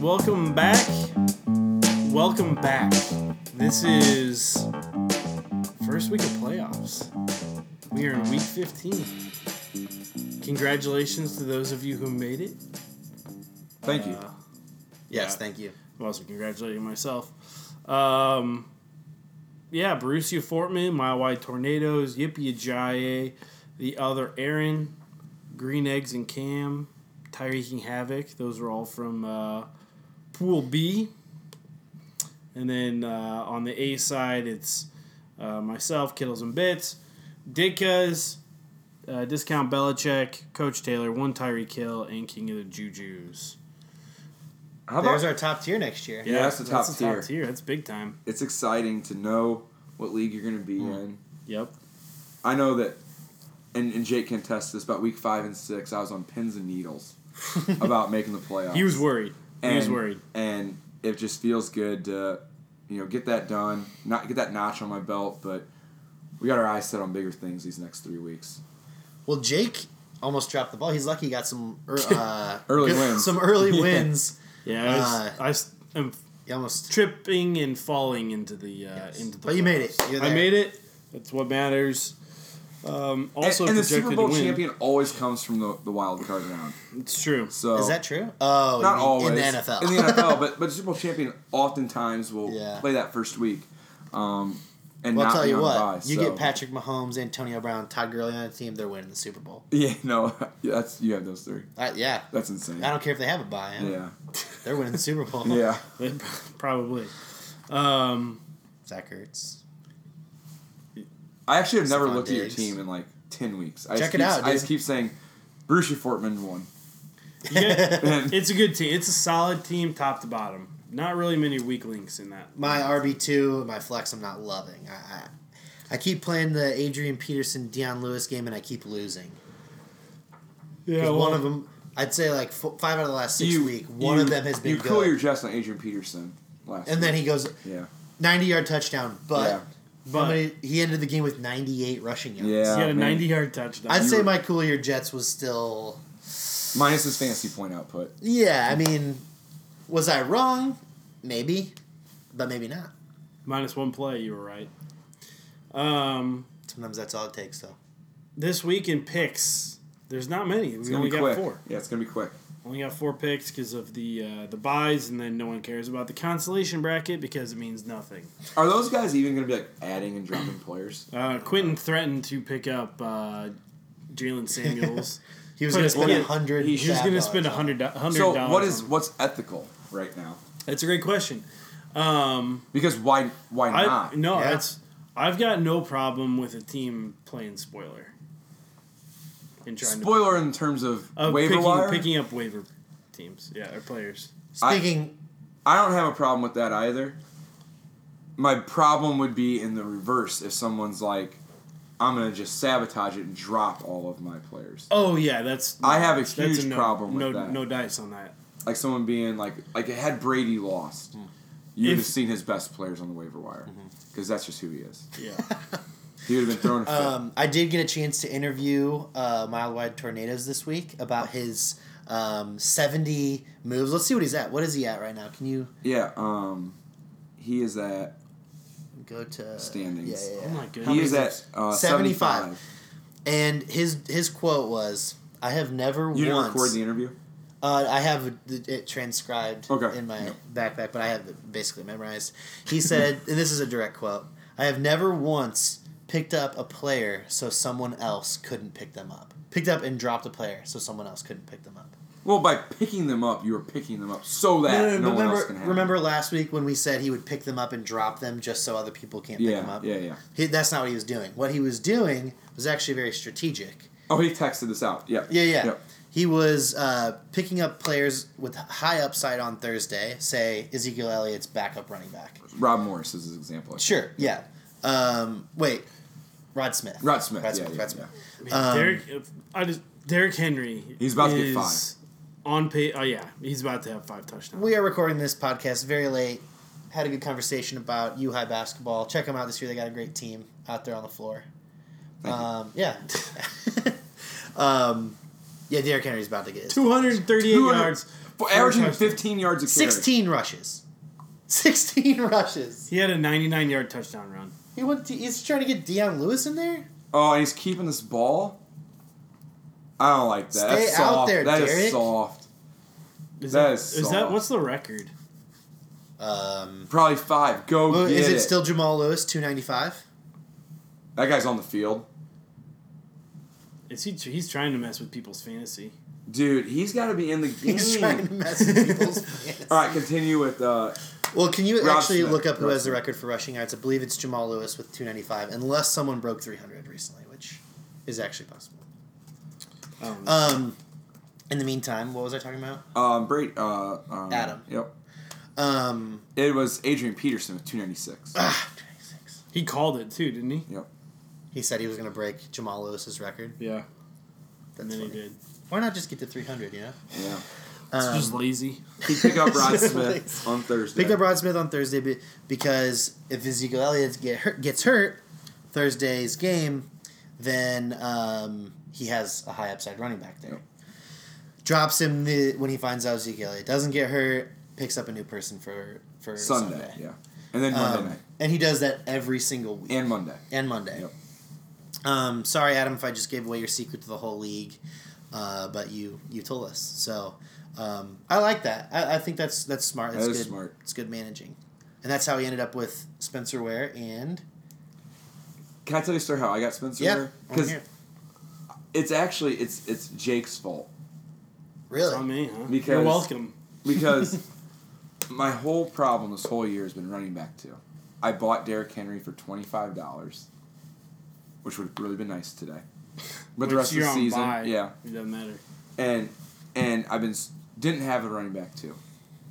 Welcome back. Welcome back. This is first week of playoffs. We are in week 15. Congratulations to those of you who made it. Thank you. Yes, Yeah. thank you. I'm also congratulating myself. Um, yeah, Borussia Fortman, My Wide Tornadoes, Yippee Ajayi, the other Aaron, Green Eggs and Cam, Tyreek and Havoc. Those are all from uh, Pool B. And then uh, on the A side, it's uh, myself, Kittles and Bits, Ditkas, uh, Discount Belichick, Coach Taylor, One Tyreek Hill, and King of the Juju's. How There's about our top tier next year. Yeah, that's the top the tier. That's big time. it's exciting to know what league you're going to be in. Yep. I know that, and, and Jake can test this. About week five and six, I was on pins and needles about making the playoffs. He was worried. and, he was worried. and it just feels good to, you know, get that done. Not get that notch on my belt, but we got our eyes set on bigger things these next three weeks. Well, Jake almost dropped the ball. He's lucky he got some ear- uh, Early wins. Some early Yeah. wins. Yeah, I, was, Uh, I s- am You almost. tripping and falling into the uh, into the. But you made it. playoffs. You're I there. made it. That's what matters. Um, also, and, and the projected Super Bowl to win. champion always comes from the, the wild card round. It's true. So Is that true? Oh, not you mean always in the NFL. In the NFL, but but Super Bowl champion oftentimes will Yeah. play that first week, um, and well, I'll not tell be you on what. bye, you so- get Patrick Mahomes, Antonio Brown, Todd Gurley on the team. They're winning the Super Bowl. Yeah, no, yeah, that's you have those three. Uh, yeah. That's I insane. don't care if they have a buy. Yeah, They're winning the Super Bowl. yeah. Probably. Um, Zach Ertz. I actually have never Stephon looked Diggs. at your team in like ten weeks. I Check just it keep, out, I just dude. keep saying, Bruce E. Fortman won. yeah, And it's a good team. It's a solid team, top to bottom. Not really many weak links in that. my RB two, my flex. I'm not loving. I, I I keep playing the Adrian Peterson, Deion Lewis game, and I keep losing. Yeah, 'Cause one of them, I'd say like f- five out of the last six you, week, one you- of them has been you good. cool your jest on Adrian Peterson last. and then week. he goes yeah, 90 yard touchdown, but Yeah. But- how many- he ended the game with 98 rushing yards. yeah. He had a man. 90 yard touchdown. I'd You say were- my cool year Jets was still. minus his fantasy point output. Yeah, I mean, was I wrong? Maybe, but maybe not. Minus one play, you were right. Um, Sometimes that's all it takes, though. this week in picks, there's not many. We It's gonna only be got quick. four. Yeah, it's gonna be quick. Only got four picks because of the uh, the buys, and then no one cares about the consolation bracket because it means nothing. Are those guys even gonna be like adding and dropping players? Uh, Quentin threatened to pick up uh, Jalen Samuels. He was But going to it's spend gonna- 100 He's just going to spend a hundred dollars. So what is what's ethical right now? That's a great question. Um, Because why why I not? no, Yeah. that's I've got no problem with a team playing spoiler and trying Spoiler in terms of to of waiver picking, wire. picking up waiver teams, yeah, or players. Speaking. I don't have a problem with that either. My problem would be in the reverse if someone's like, I'm gonna just sabotage it and drop all of my players. Oh yeah, that's I have a huge no, problem with no, that. No dice on that. Like someone being like, like had Brady lost, you would If- have seen his best players on the waiver wire because that's just who he is. Yeah. He would have been thrown. Um, I did get a chance to interview uh, Mile Wide Tornadoes this week about his um, 70 moves. Let's see what he's at. What is he at right now? Can you yeah, um, he is at go to Standings. Yeah, yeah, Oh yeah. my goodness. he is at uh, 75. 75. And his his quote was, "I have never You didn't once." record the interview. uh, I have it- it transcribed Okay. in my Yep. backpack, but I have it basically memorized. He said, and this is a direct quote: "I have never once picked up a player so someone else couldn't pick them up. Picked up and dropped a player so someone else couldn't pick them up." Well, by picking them up, you were picking them up so that no, No, no, no, but one remember, else can have. them. remember last week when we said he would pick them up and drop them just so other people can't Yeah, pick them up. yeah, yeah. He, that's not what he was doing. What he was doing was actually very strategic. Oh, he texted this out. Yeah. Yeah, yeah. Yep. He was uh, picking up players with high upside on Thursday, say Ezekiel Elliott's backup running back. Rob Morris is his example. I think. Sure, yeah. Um, wait, Rod Smith. Rod Smith. yeah, yeah, Rod Smith. yeah. Man, Derek, I just Derrick Henry. um, He's about to get is five. On pay. Oh yeah, he's about to have five touchdowns. We are recording this podcast very late. Had a good conversation about U High basketball. Check them out this year. They got a great team out there on the floor. Thank you. Um, yeah. um, Yeah, Derrick Henry's about to get his 238 yards. for for a averaging touchdown. 15 yards a carry. 16 rushes. 16 rushes. He had a 99 yard touchdown run. He went to, he's trying to get Deion Lewis in there? Oh, and he's keeping this ball. I don't like that. That's Stay out soft. there, That is Derek. soft. Is That that is is that soft. what's the record? Um, Probably five. Go well, get is it, it. still Jamal Lewis, 295? that guy's on the field, Is he he's trying to mess with people's fantasy? dude. He's got to be in the game. He's trying to mess with people's fans. All right, continue with. Uh, Well, can you Rob actually Smith. look up who Rob has the Smith. record for rushing yards? I believe it's Jamal Lewis with 295, unless someone broke 300 recently, which is actually possible. Um, Uh, Um, in the meantime, what was I talking about? um, Brady. Uh, um, Adam. Yep. Um, It was Adrian Peterson with 296. ah, 26. he called it too, didn't he? yep. He said he was going to break Jamal Lewis's record. Yeah, and That's then he funny. did. Why not just get to 300, you know? Yeah. It's Um, just lazy. He pick up Rod Just Smith on Thursday. Pick up Rod Smith on Thursday be- because if Ezekiel Elliott get hurt, gets hurt Thursday's game, then um, he has a high upside running back there. Yep. Drops him the, when he finds out Ezekiel Elliott doesn't get hurt. Picks up a new person for for Sunday. Sunday. Yeah. And then Um, Monday night and he does that every single week and Monday. and Monday. Yep. Um, sorry, Adam, if I just gave away your secret to the whole league, uh, but you you told us. So um, I like that. I, I think that's that's smart. That's That is good. smart. It's good managing, and that's how he ended up with Spencer Ware and Can I tell you a story how I got Spencer? yeah, Because here. it's actually it's it's Jake's fault It's on really me, huh? Because- You're welcome. because my whole problem this whole year has been running back too. I bought Derrick Henry for twenty five dollars, which would have really been nice today. But the Which rest of you're the on season, bye. yeah, It doesn't matter. and and I've been s- didn't have a running back too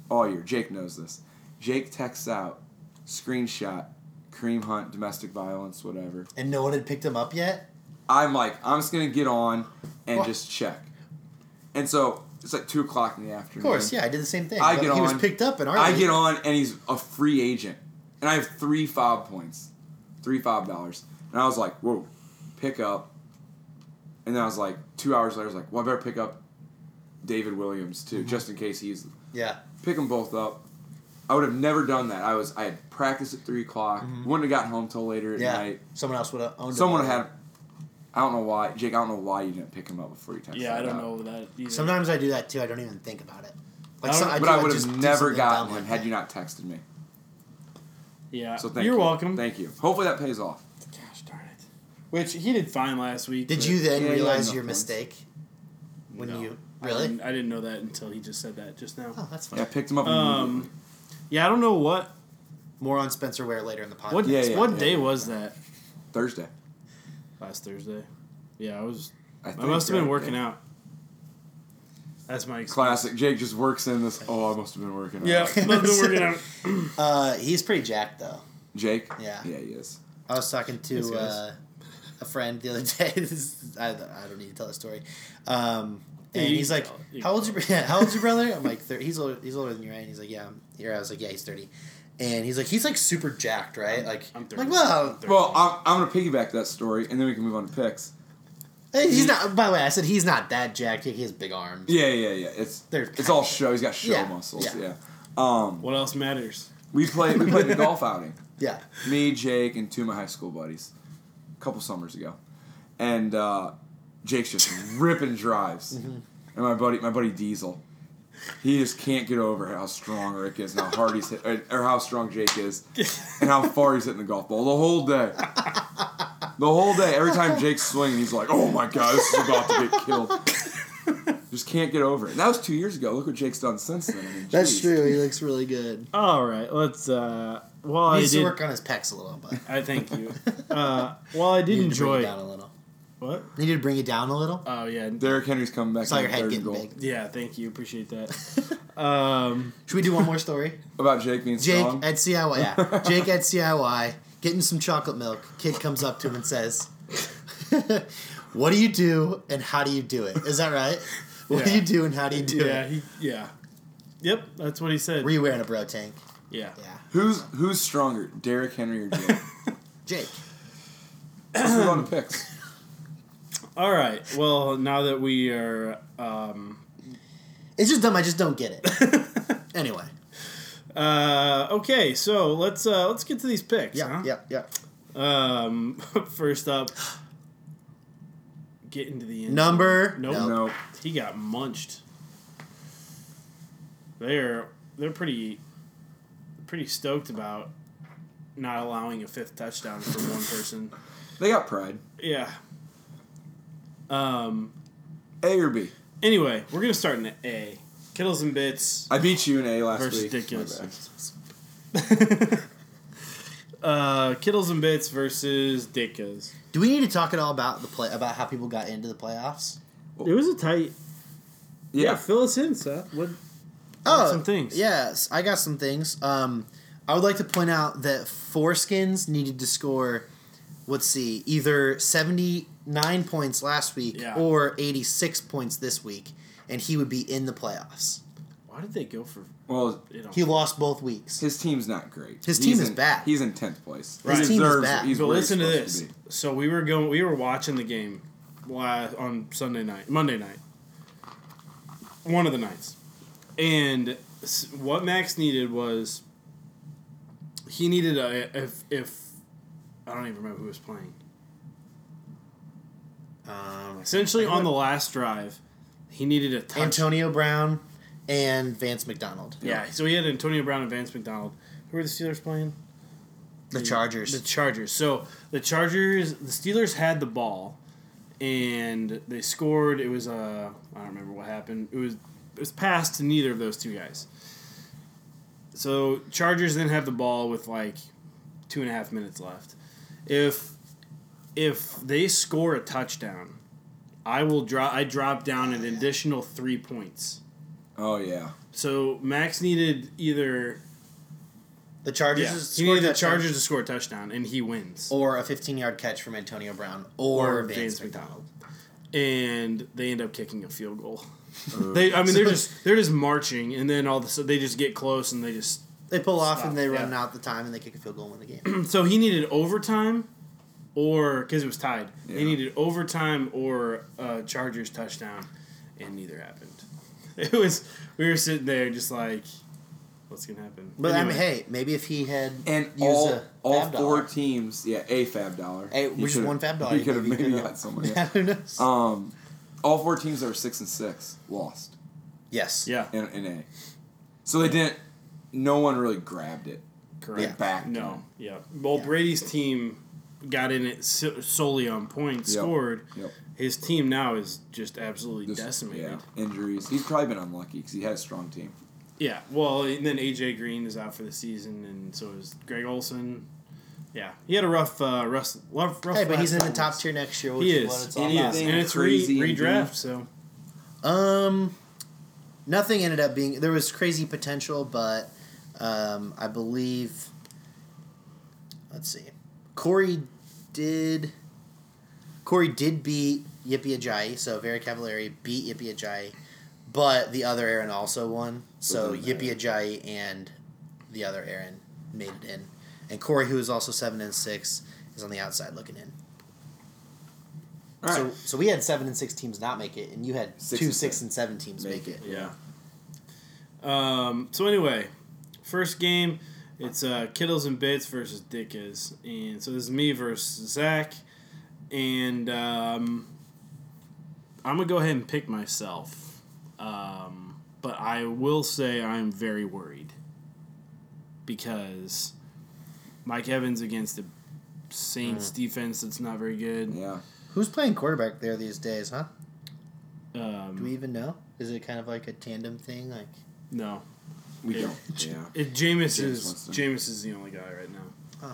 all year. Jake knows this. Jake texts out screenshot, Kareem Hunt, domestic violence, whatever. and no one had picked him up yet. Mm-hmm. I'm like, I'm just gonna get on and Wha- just check. And so it's like two o'clock in the afternoon. Of course, yeah, I did the same thing. I but get he was on. picked up in our I league. get on and he's a free agent, and I have three fob points, three fob dollars, and I was like, whoa, pick up. And then I was like, two hours later, I was like, well, I better pick up David Williams too, Mm-hmm. just in case he's Yeah, pick them both up. I would have never done that. I was I had practiced at three o'clock. Mm-hmm. Wouldn't have got home till later at yeah. night. Someone else would have owned. him. Someone had. I don't know why, Jake. I don't know why you didn't pick him up before you texted. Yeah, I that don't out. know that either. Sometimes I do that too. I don't even think about it. I don't- But I do, would just have do never something gotten dumb him like had that. you not texted me. yeah, So thank you're you. welcome. Thank you. Hopefully that pays off. Gosh darn it. Which he did fine last week. Did but you then Yeah, you had realize enough your points. mistake when No. you I really? didn't- I didn't know that until he just said that just now. Oh, that's fine. Yeah, I picked him up. Um, yeah, I don't know what More on Spencer Ware later in the podcast. what Yeah, yeah, what yeah. day was that immediately. Thursday. last Thursday. Yeah, I was. I, I must have been right? working Yeah. out. That's my excuse. Classic. Jake just works in this. Oh, I must have been working. out. Yeah, must have been working out. Uh, he's pretty jacked though. Jake. Yeah. Yeah, he is. I was talking Yes, to he uh, is. a friend the other day. This is- I, I don't need to tell the story. Um, and Yeah, you he's can like, tell. You "How can old's your yeah, How old's your brother?" I'm like, thir- "He's older, he's older than you, right?" And he's like, "Yeah." I'm here. I was like, "Yeah, he's 30." And he's like, "He's like super jacked, right?" Like, I'm I'm 30. like, well, Well, I'm, I'm gonna piggyback that story, and then we can move on to picks. hey, he's not. By the way, I said he's not that jacked. He has big arms. Yeah, yeah, yeah. It's They're it's all show. He's got show Yeah, muscles. yeah. Yeah. Um, what else matters? we played we played a golf outing. Yeah. me, Jake, and two of my high school buddies a couple summers ago. And uh, Jake's just ripping drives. Mm-hmm. And my buddy, my buddy Diesel, he just can't get over how strong Rick is and how hard he's hit, or, or how strong Jake is and how far he's hitting the golf ball the whole day. The whole day, every time Jake's swinging, he's like, "Oh my god, this is about to get killed." Just can't get over it. And that was two years ago. Look what Jake's done since then. I mean, That's geez. true. He looks really good. All right, let's. uh While He I needs to did, work on his pecs a little, but I thank you. Uh, while I did needed to bring it enjoy down a little. what? Needed to bring it down a little. Oh yeah, Derrick Henry's coming back. Saw on your head third getting goal. big. yeah. Thank you, appreciate that. um, Should we do one more story? About Jake being Jake strong. at CIY. Yeah. Jake at CIY getting some chocolate milk. Kid comes up to him and says, "What do you do and how do you do it? Is that right? What do Yeah. you do and how do you do yeah, it? he, yeah. Yep, that's what he said. Were you wearing a bro tank? yeah. Yeah, Who's who's stronger, Derrick Henry or Jake? Jake. Let's move on to picks. All right. Well, now that we are, um, It's just dumb. I just don't get it. anyway. uh, okay. So let's uh, let's get to these picks. Yeah, huh? yeah, yeah. Um, first up, get into the end. Number. Nope. No. No. He got munched. They're they're pretty pretty stoked about not allowing a fifth touchdown from one person. They got pride. Yeah. Um. A or B? Anyway, we're gonna start in the A. Kittles and bits. I beat you in A last Versus week. ridiculous. My bad. uh, Kittles and bits versus Dickas. Do we need to talk at all about the play about how people got into the playoffs? It was a tight. Yeah, Yeah. fill us in, Seth. What? some things. Oh, Yes, I got some things. Um, I would like to point out that Foreskins needed to score. Let's see, either seventy nine points last week Yeah. or eighty six points this week, and he would be in the playoffs. Why did they go for? Well, You know, He lost both weeks. his team's not great. His He's team is in- bad. He's in tenth place. Right. His team is bad. He's but where listen to he's this. supposed So we were going. We were watching the game la- on Sunday night, Monday night, one of the nights, and s- what Max needed was he needed a if if I don't even remember who was playing. Um, Essentially, on the last drive, he needed a touchdown. Antonio Brown and Vance McDonald, Yeah, so he had Antonio Brown and Vance McDonald. Who were the Steelers playing? the Chargers. Mm. The Chargers. So the Chargers, the Steelers had the ball, and they scored. It was uh, I don't remember what happened. It was it was passed to neither of those two guys. So Chargers then have the ball with like two and a half minutes left. If if they score a touchdown, I will drop. I drop down an additional three points. to be. Oh yeah. So Max needed either The Chargers yeah, he scored needed the that touchdown. Chargers to score a touchdown, and he wins. or a 15 yard catch from Antonio Brown or, Vance, McDonald. and they end up kicking a field goal. they, I mean, they're So- just they're just marching, and then all of a sudden they just get close, and they just. They pull off Stop, and they run yeah. out the time and they kick a field goal and win the game. So he needed overtime, or because it was tied, Yeah. he needed overtime or a Chargers touchdown, and neither happened. It was we were sitting there just like, what's gonna happen? But I mean, Anyway, hey, maybe if he had And used all a all fab four dollar. teams. Yeah, a fab dollar. Hey, He which could've- one fab dollar He you could have think he maybe could've- got someone. Yeah, Yeah. who knows? um, all four teams that were six and six lost yes. yeah, in, in A. So they didn't. No one really grabbed it. correct. back. No, yeah. Well, Yeah. Brady's team got in it so- solely on points Yep. scored. Yep. His team now is just absolutely Just- decimated. Yeah. Injuries. He's probably been unlucky because he had a strong team. Yeah, well, and then AJ Green is out for the season, and so is Greg Olson. Yeah, he had a rough, uh, rough, rough, rough Hey, but he's in last the top couple tier next year, weeks. which He is what is, it's he all is, about. and it's re- Crazy and redraft. So Um, nothing ended up being. There was crazy potential, but um, I believe. Let's see. Corey did. Corey did beat Yippee Ajayi, so Vera Cavallari beat Yippee Ajayi, but the other Aaron also won. So Doesn't matter. Yippee Ajayi and the other Aaron made it in, and Corey, who is also seven and six, is on the outside looking in. All right. So, so we had seven and six teams not make it, and you had Six two and six seven. and seven teams make, it. yeah. Um. So anyway, first game, it's uh, Kittles and Bits versus Dickas, and so this is me versus Zach, and um, I'm gonna go ahead and pick myself. Um, but I will say I'm very worried because Mike Evans against the Saints defense that's not very good. Yeah. Who's playing quarterback there these days, huh? Do Um, we even know? Is it kind of like a tandem thing? Like no, We Yeah. don't. Yeah. It, Jameis Jameis is Winston. Jameis is the only guy right now. Huh.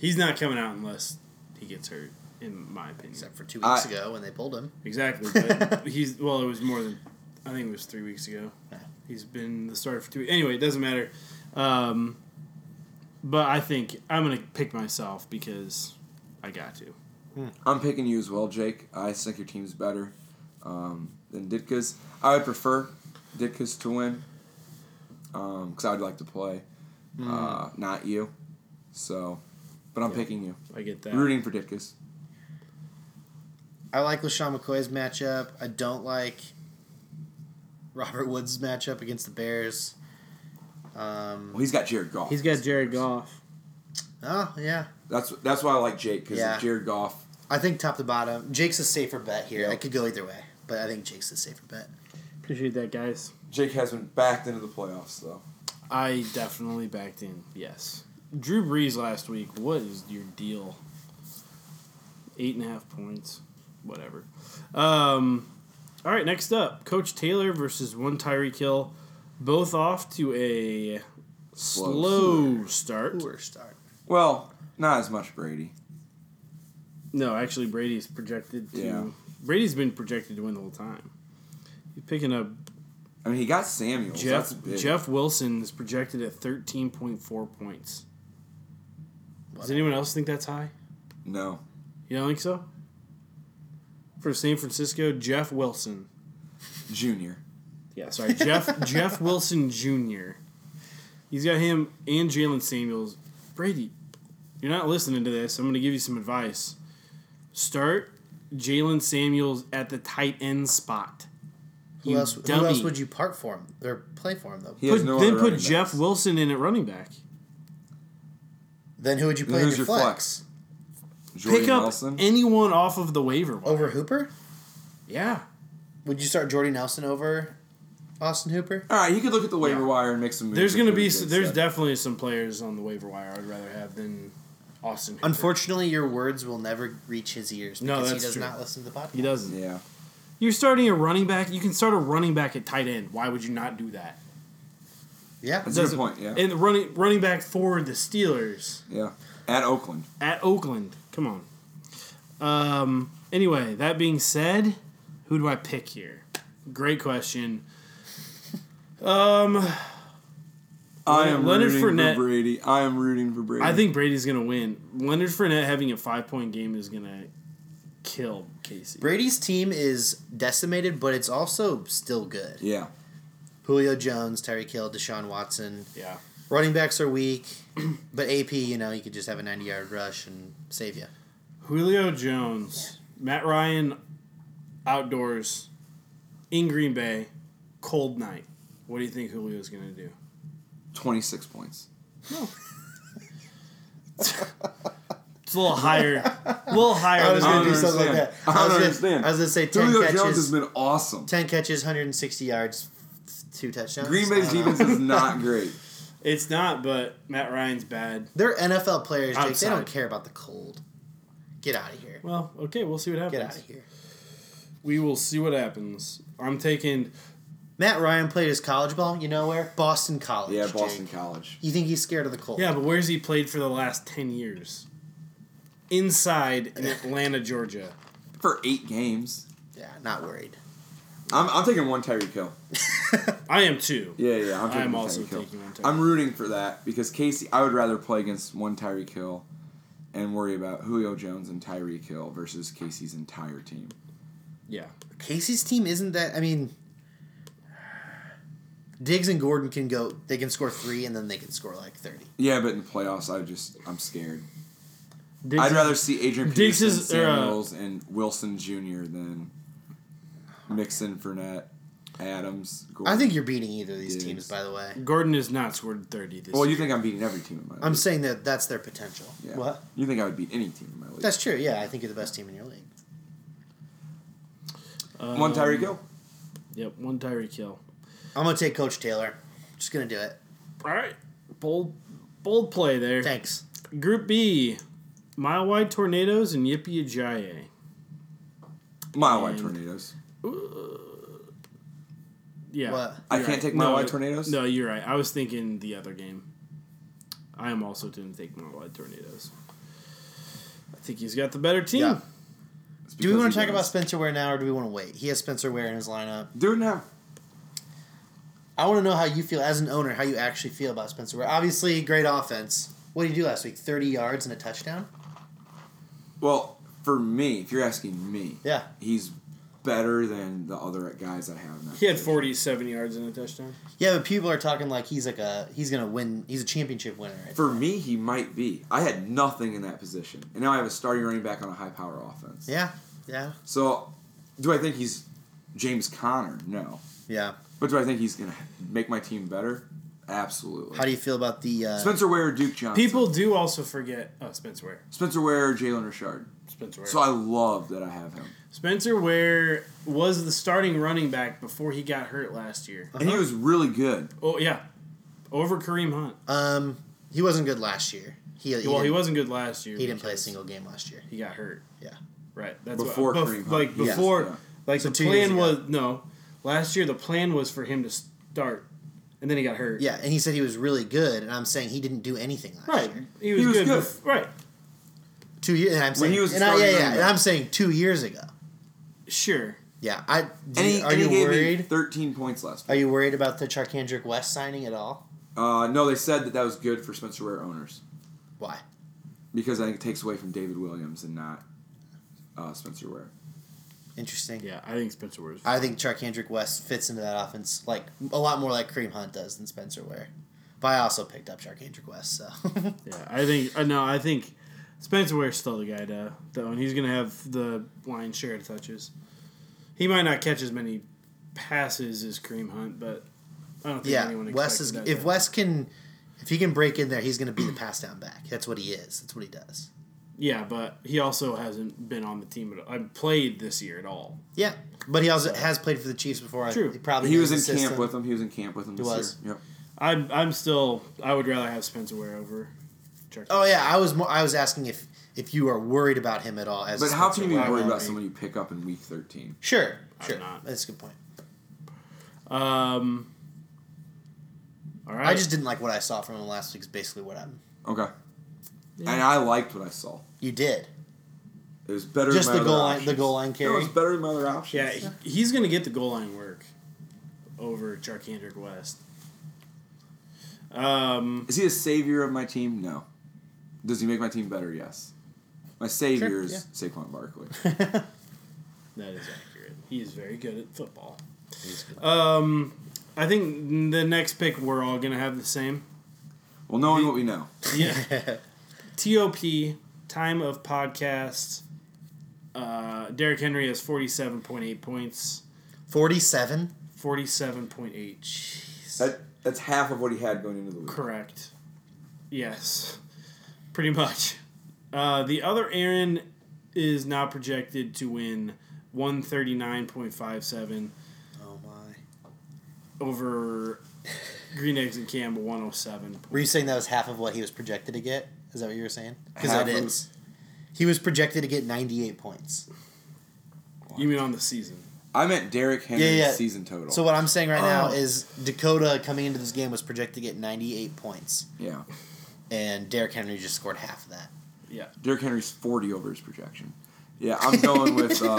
He's not coming out unless he gets hurt, in my opinion. except for two weeks I- ago when they pulled him. Exactly. But he's well. It was more than I think it was three weeks ago. Yeah. He's been the starter for two. Anyway, it doesn't matter. Um, but I think I'm gonna pick myself because I got to. I'm picking you as well, Jake. I think your team's better um, than Ditka's. I would prefer Ditka's to win because I'd like to play, uh, not you. So, but I'm picking you. I get that. Rooting for Ditka's. I like LaShawn McCoy's matchup. I don't like Robert Woods' matchup against the Bears. Um, Well, he's got Jared Goff. He's got Jared Goff. oh, yeah. That's that's why I like Jake because Yeah. Jared Goff. I think top to bottom, Jake's a safer bet here. Yep. I could go either way, but I think Jake's the safer bet. Appreciate that, guys. Jake has been backed into the playoffs though. I definitely backed in. Yes. Drew Brees last week. What is your deal? Eight and a half points. Whatever. Um, all right. Next up, Coach Taylor versus one Tyree Kill. Both off to a Slow slow start. Poor start. Well, not as much Brady. No, actually, Brady's projected to. Yeah. Brady's been projected to win the whole time. He's picking up I mean, he got Samuels. Jeff. that's big. Jeff Wilson is projected at thirteen point four points. Does anyone else think that's high? No, You don't think so? For San Francisco, Jeff Wilson. Junior. Yeah, sorry, Jeff Jeff Wilson Jr. He's got him and Jalen Samuels. Brady, you're not listening to this. I'm going to give you some advice. Start Jalen Samuels at the tight end spot. Who You else? Who dummy. else would you part for him or play for him though? He put, has no then other put running Jeff backs. Wilson in at running back? Then who would you play in who's your your flex? flex? Jordan Pick up Nelson. anyone off of the waiver wire. Over Hooper? Yeah. Would you start Jordy Nelson over Austin Hooper? All right, he could look at the waiver Yeah. wire and make some. Moves There's going to if be he s gets there's that. definitely some players on the waiver wire I'd rather have than Austin. Hooper. Unfortunately, your words will never reach his ears No, because he that's does true. not listen to the podcast. He doesn't. Yeah, You're starting a running back. You can start a running back at tight end. Why would you not do that? Yeah. that's a good Doesn't- point. Yeah, And the running running back for the Steelers yeah. At Oakland, at Oakland. Come on. Um. Anyway, that being said, who do I pick here? Great question. Um. I am Leonard rooting Fournette- for Brady. I am rooting for Brady. I think Brady's gonna win. Leonard Fournette having a five point game is gonna kill Casey. Brady's team is decimated, but it's also still good. Yeah, Julio Jones, Tyreek Hill, Deshaun Watson. Yeah. Running backs are weak, but AP, you know, you could just have a 90 yard rush and save you. Julio Jones, Matt Ryan, outdoors, in Green Bay, cold night. What do you think Julio's gonna do? twenty six points. It's a little higher, a little higher. I was than going to do ours. understand. something like that. I don't was gonna- understand. I was going to say 10 Julio catches. Jones has been awesome. 10 catches, 160 yards, two touchdowns. Green I Bay's don't know. defense is not great. It's not, but Matt Ryan's bad. They're NFL players, Jake. They Outside. don't care about the cold. Get out of here. Well, okay, we'll see what happens. Get out of here. We will see what happens. I'm taking. Matt Ryan played his college ball. You know where? Boston College. Yeah, Boston Jake. College. You think he's scared of the cold? Yeah, but where's he played for the last ten years? Inside in Atlanta, Georgia. For eight games, Yeah, not worried. I'm, I'm taking one Tyreek Hill. I am too. Yeah, yeah, I'm taking I'm one also Tyreek Hill. taking one Tyreek I'm rooting for that because Casey. I would rather play against one Tyreek Hill and worry about Julio Jones and Tyreek Hill versus Casey's entire team. Yeah. Casey's team isn't that. I mean, Diggs and Gordon can go. They can score three, and then they can score like thirty. Yeah, but in the playoffs, I just I'm scared. Diggs I'd rather see Adrian Diggs Peterson, is- or, uh, Samuels, and Wilson Jr. than Mixon, Fournette, Adams. Gordon. I think you're beating either of these Diggs. teams. By the way, Gordon has not scored thirty this. Well, you year. think I'm beating every team in my league. I'm saying that that's their potential. yeah. What? You think I would beat any team in my league? That's true. Yeah, I think you're the best team in your league. Uh, one Tyreek Hill. Yep, one Tyreek kill. I'm gonna take Coach Taylor. Just gonna do it. All right, bold, bold play there. Thanks. Group B, mile wide tornadoes and Yippee Ajayi. Mile wide And- tornadoes. Yeah, What? I You're can't right. take mile No, wide tornadoes. No, you're right. I was thinking the other game. I am also going to take mile wide tornadoes. I think he's got the better team. Yeah. It's Do we because he want to talk about does. Spencer Ware now, or do we want to wait? He has Spencer Ware in his lineup. Do it now. I want to know how you feel as an owner, how you actually feel about Spencer Ware. Obviously, great offense. What did he do last week? 30 yards and a touchdown? Well, for me, if you're asking me, Yeah. he's better than the other guys I have now. He had 47 yards and a touchdown. Yeah, but people are talking like he's like a he's gonna win. He's a championship winner. Right? For me, he might be. I had nothing in that position, and now I have a starting running back on a high power offense. yeah, Yeah. So, do I think he's James Conner? No. Yeah. But do I think he's gonna make my team better? Absolutely. How do you feel about the uh, Spencer Ware, Duke Johnson. People do also forget oh, Spencer Ware. Spencer Ware, Jalen Richard. Spencer Ware. So I love that I have him. Spencer Ware was the starting running back before he got hurt last year. And he Uh-huh. was really good. Oh yeah, over Kareem Hunt. um? He wasn't good last year. He, he well, he didn't- wasn't good last year. He didn't play a because single game last year. He got hurt. Yeah. Right. That's Before what, bef- Kareem Hunt. Like Yes, before, yeah. like So the two years plan ago. was no. Last year the plan was for him to start, and then he got hurt. Yeah, and he said he was really good, and I'm saying he didn't do anything last Right. year. He was, He was good. good. bef- right. Two years, and I'm saying, he was and I, yeah, starting yeah, running and back. I'm saying two years ago. Sure. Yeah, I. Do And you- he, are and he you gave worried? me 13 points last Are week. you worried about the Charkandrick West signing at all? Uh, no, they said that that was good for Spencer Ware owners Why? because I think it takes away from David Williams and not uh, Spencer Ware. Interesting. Yeah, I think Spencer Ware. I think Charkandrick West fits into that offense like a lot more like Kareem Hunt does than Spencer Ware. But I also picked up Charkandrick West, so Yeah, I think uh, no, I think Spencer Ware's still the guy to though, and he's gonna have the lion's share of touches. He might not catch as many passes as Kareem Hunt, but I don't think yeah. anyone West expected is that if to- West can if he can break in there, he's going to be the pass down back. That's what he is. That's what he does. yeah, but he also hasn't been on the team at all. I played this year at all. Yeah, but he also has played for the Chiefs before. True. He probably He knows was in the camp system. with him. He was in camp with him this was. year. Yep. I'm I'm still I would rather have Spencer Ware over. Chark- Oh yeah, I was more, I was asking if if you are worried about him at all as. But a how Spencer can you be Ware worried owner. about someone you pick up in week 13? Sure, sure. not. That's a good point. Um. All right. I just didn't like what I saw from him last week's. Basically, what I'm. Okay. And I liked what I saw. You did It was better just than my the other goal line, the options. goal line It carry. was better than my other options. yeah, he- he's gonna get the goal line work over Charkandrick West. Um. Is he a savior of my team? No. Does he make my team better? Yes. My savior Sure, is Saquon Barkley. That is accurate. He is very good at football. He's good. Um, I think the next pick we're all gonna have the same. well, knowing what we know, Yeah. TOP time of podcast. Uh, Derrick Henry has forty seven point eight points. Forty-seven. Forty seven point eight. that, that's half of what he had going into the week. Correct. Yes. Pretty much. Uh, the other Aaron is now projected to win one thirty nine point five seven Oh my. over Green Eggs and Campbell one oh seven. Were you saying that was half of what he was projected to get? Is that what you were saying? Because Half it of- is. He was projected to get ninety-eight points. You mean on the season? I meant Derrick Henry's Yeah, yeah. season total. So what I'm saying right now Oh. is Dakota coming into this game was projected to get ninety-eight points, yeah, and Derrick Henry just scored half of that. Yeah. Derrick Henry's forty over his projection. Yeah, I'm going with. Uh,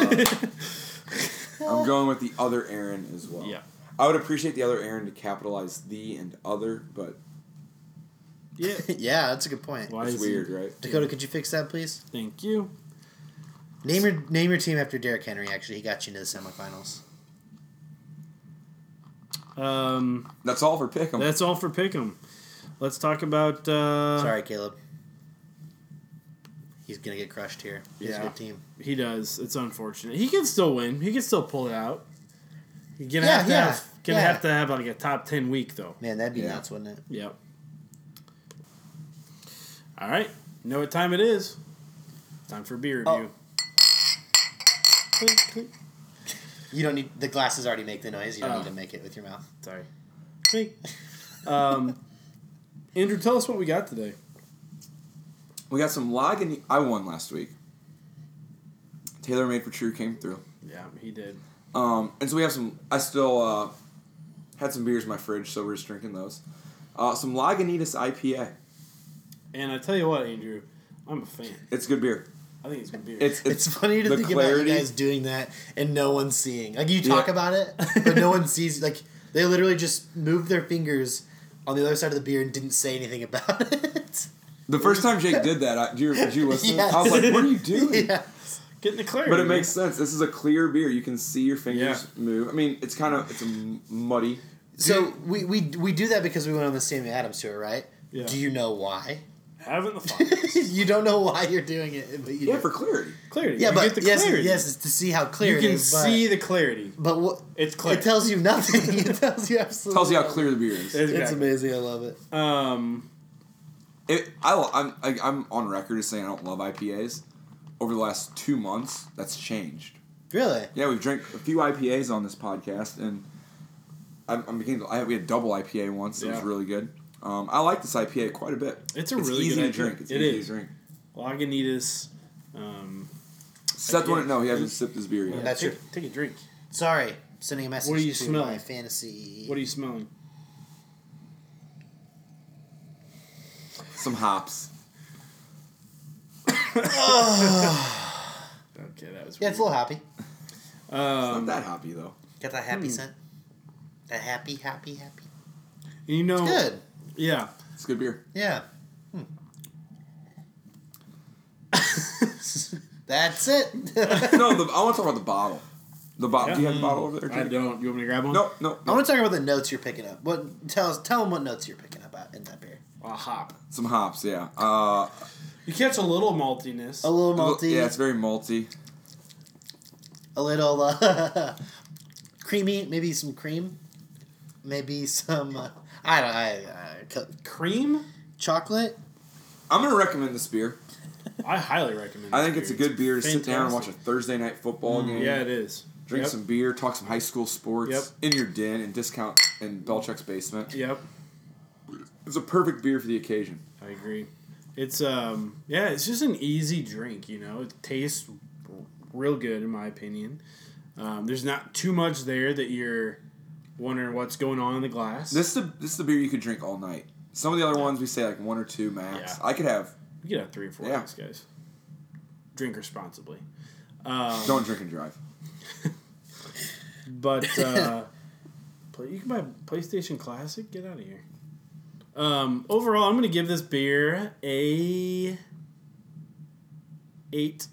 I'm going with the other Aaron as well. Yeah. I would appreciate the other Aaron to capitalize the and other, but Yeah. yeah, that's a good point. Why it's is he- weird, right? Dakota, could you fix that, please? Thank you. Name your name your team after Derrick Henry. Actually, he got you into the semifinals. Um, That's all for Pickham. that's all for Pick'em. Let's talk about. Uh, Sorry, Caleb. He's gonna get crushed here. He's Yeah. a good team. He does. It's unfortunate. He can still win. He can still pull it out. You're gonna Yeah, have to yeah, have. Gonna yeah. have to have like a top ten week though. Man, that'd be Yeah. nuts, wouldn't it? Yep. All right. Know what time it is? Time for beer Oh. review. Clink, clink. You don't need the glasses already make the noise. You don't Oh. need to make it with your mouth. Sorry. Clink. Um, Andrew, tell us what we got today. We got some Lagunitas. I won last week. Taylor made for true came through. Yeah, he did. Um, and so we have some. I still uh, had some beers in my fridge, so we're just drinking those. Uh, some Lagunitas IPA. And I tell you what, Andrew, I'm a fan. It's good beer. I think it's gonna be. It's it's, It's, funny to the think about clarity- you guys doing that and no one seeing. Like you Yeah. talk about it, but no one sees. Like they literally just moved their fingers on the other side of the beer and didn't say anything about it. the first time Jake did that. I, do you, did you listen? Yes. I was like, "What are you doing?" yeah. getting the clarity. But it makes sense. This is a clear beer. You can see your fingers Yeah. move. I mean, it's kind of it's a m- muddy. So we, we we do that because we went on the Sammy Adams tour, right? Yeah. Do you know why? Having the finals. you don't know why you're doing it, but you Yeah, do. for clarity. clarity. yeah, You but get the yes, clarity. yes, it's to see how clear you it can is, but- see the clarity. But what It's clear. It tells you nothing. it tells you absolutely. Tells you how nothing. clear the beer is. It's It's amazing. I love it. Um, It, I, I'm, I, I'm on record as saying I don't love IPAs. Over the last two months, that's changed. Really? Yeah, we've drank a few IPAs on this podcast, and I'm, I'm beginning. To, I, we had double IPA once. It was Yeah. really good. Um, I like this IPA quite a bit. It's a really easy good to IPA. drink. It's It easy is. to drink. Lagunitas. Um, Seth IPA. wouldn't know. He hasn't sipped his beer yet. Yeah. That's take, your- take a drink. Sorry, sending a message. What are you to smelling? My fantasy. What are you smelling? Some hops. Okay, that was Yeah, it's a little happy. Not Um, that hoppy though. Got that Hmm. happy scent. That happy, happy, happy. you know, Good. yeah. It's good beer. Yeah. Hmm. That's it. I no, the, I want to talk about the bottle. The bottle. Yeah. Do you have the bottle over there? I Jake? don't. You want me to grab one? No, no. no. want to talk about the notes you're picking up. What tell us? Tell them what notes you're picking up out in that beer. A hop. Some hops. Yeah. Uh, You catch a little maltiness. A little malty. Yeah, it's very malty. a little uh, creamy. Maybe some cream. Maybe some. Uh, I don't. I, I co- Cream. chocolate. I'm gonna recommend this beer. I highly recommend. I this think it's a beer. good beer to sit down and watch a fantastic. Mm, Thursday night football game. Yeah, it is. drink Yep. some beer, talk some high school sports Yep. in your den and discount in Belichick's basement. Yep, It's a perfect beer for the occasion. I agree. It's um, yeah, it's just an easy drink. You know, it tastes real good in my opinion. Um, there's not too much there that you're wondering what's going on in the glass. This is the, this is the beer you could drink all night. Some of the other ones we say like one or two max. Yeah. I could have. we could have three or four Yeah. of these guys. Drink responsibly. Um, Don't drink and drive. But uh, play, you can buy PlayStation Classic. Get out of here. Um, overall, I'm going to give this beer a eight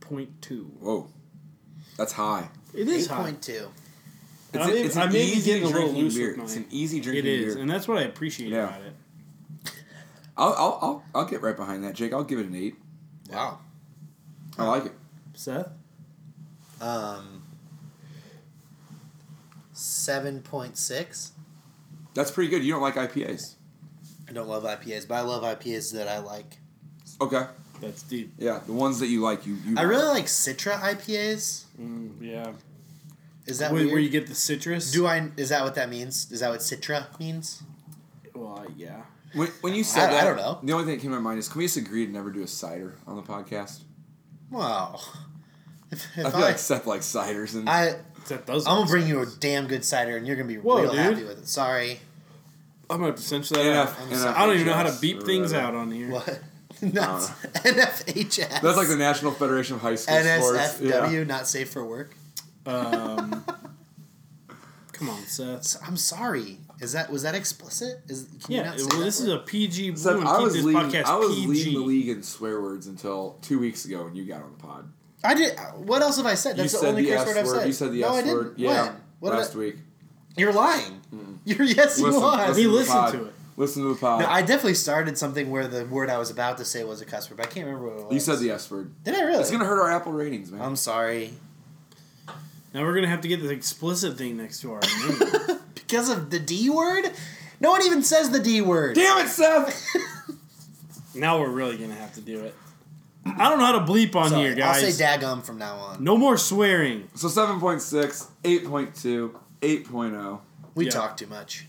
point two. Whoa, that's high. It is Eight high. point two. It's, e- I may- it's I an may be easy getting a little drinking loose beer. with mine. It's an easy It drinking is, beer. and that's what I appreciate Yeah. about it. I'll, I'll, I'll, I'll get right behind that, Jake. I'll give it an eight. Wow. I like it. Seth, Um. Seven point six. That's pretty good. You don't like IPAs. I don't love IPAs, but I love IPAs that I like. Okay. that's deep. Yeah, the ones that you like, you. you I really like Citra IPAs. Mm, yeah, Is that where, weird? where you get the citrus? Do I? Is that what that means? Is that what Citra means? well, yeah. When, when you said I- I that, don't know. The only thing that came to my mind is, can we just agree to never do a cider on the podcast? Wow. If, if I I, feel like Seth likes ciders, and I, Seth does. I'm gonna bring you a damn good cider, and you're gonna be Whoa, real dude. happy with it. Sorry. I'm gonna have to censor that. Yeah, out. I'm sorry. I don't even know how to NFHS beep or things whatever. out on here. What? Nuts. NFHS. that's like the National Federation of High School Sports. NSFW, Yeah. not safe for work. Um, come on, Seth. So- I'm sorry. Is that was that explicit? Is can you Yeah, not say well, that this is word? a PG. we Seth, wanna I keep was this leading. podcast I was PG. leading the league in swear words until two weeks ago when you got on the pod. I did. What else have I said? That's you the said only the curse S word I've said. You said the no, S I didn't. word. Yeah, When? What did last I- week. You're lying. You're yes, you are. listen. He to the listened pod. to it. Listen to the pod. No, I definitely started something where the word I was about to say was a cuss word, but I can't remember what it was. you said the S word. Did I really? It's gonna hurt our Apple ratings, man. I'm sorry. Now we're gonna have to get this explicit thing next to our name. Because of the D word? No one even says the D word. Damn it, Seth! now we're really gonna have to do it. I don't know how to bleep on Sorry, here, guys. I'll say dagum from now on. No more swearing. so 7.6, 8.2, 8.0. We Yeah. talk too much.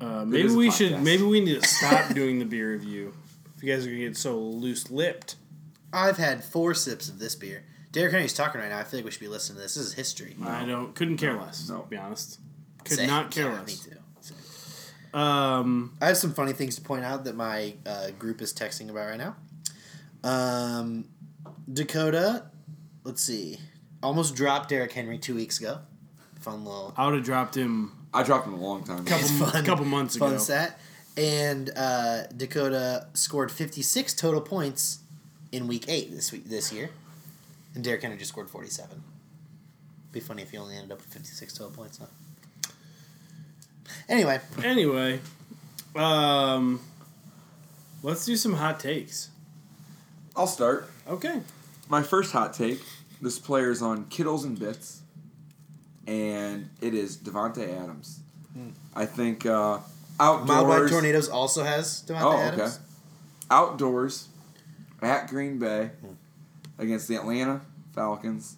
Uh, maybe is a we podcast. should. Maybe we need to stop doing the beer review. If you guys are gonna get so loose lipped, I've had four sips of this beer. Derek Henry's talking right now. I feel like we should be listening to this. This is history. I don't. Couldn't care less. No. to be honest. Uh, Could Same. not care Yeah, less. Me too. Same. Um, I have some funny things to point out that my uh, group is texting about right now. Um, Dakota, let's see, almost dropped Derek Henry two weeks ago. Fun little I would have dropped him I dropped him a long time ago. couple It's fun. couple months ago. fun set. And uh, Dakota scored 56 total points in week eight this week this year. And Derrick Henry just scored 47. Be funny if he only ended up with 56 total points, huh? Anyway, Anyway, um, Let's do some hot takes. I'll start. Okay. My first hot take this player is on Kittles and Bits, and it is Devonte Adams. I think uh, Mild White outdoors. Tornadoes also has Devontae Oh, okay. Adams. Outdoors at Green Bay against the Atlanta Falcons.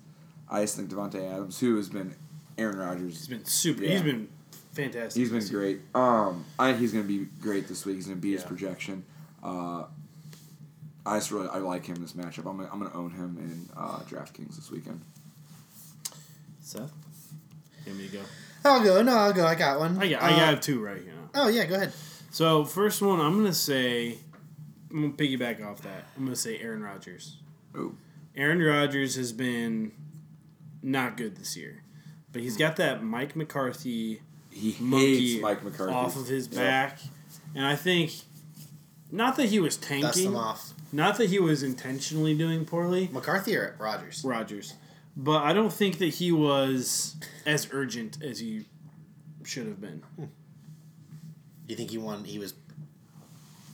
I just think Devonte Adams, who has been Aaron Rodgers, He's been super. Yeah. He's been fantastic. he's been great. Um, I think he's going to be great this week. He's going to beat his Yeah. projection. Uh, I just really I like him in this matchup. I'm gonna, I'm going to own him in uh, DraftKings this weekend. Seth, give me to go. I'll go. No, I'll go. I got one. I got. I Uh, have two right here. Oh yeah, go ahead. So first one, I'm gonna say, I'm gonna piggyback off that. I'm gonna say Aaron Rodgers. Ooh. Aaron Rodgers has been not good this year, but he's got that Mike McCarthy He monkey hates Mike McCarthy off of his Yeah. back, and I think, not that he was Dust tanking, them off. not that he was intentionally doing poorly, McCarthy or Rogers? Rodgers. But I don't think that he was as urgent as he should have been. Do you think he won? He was.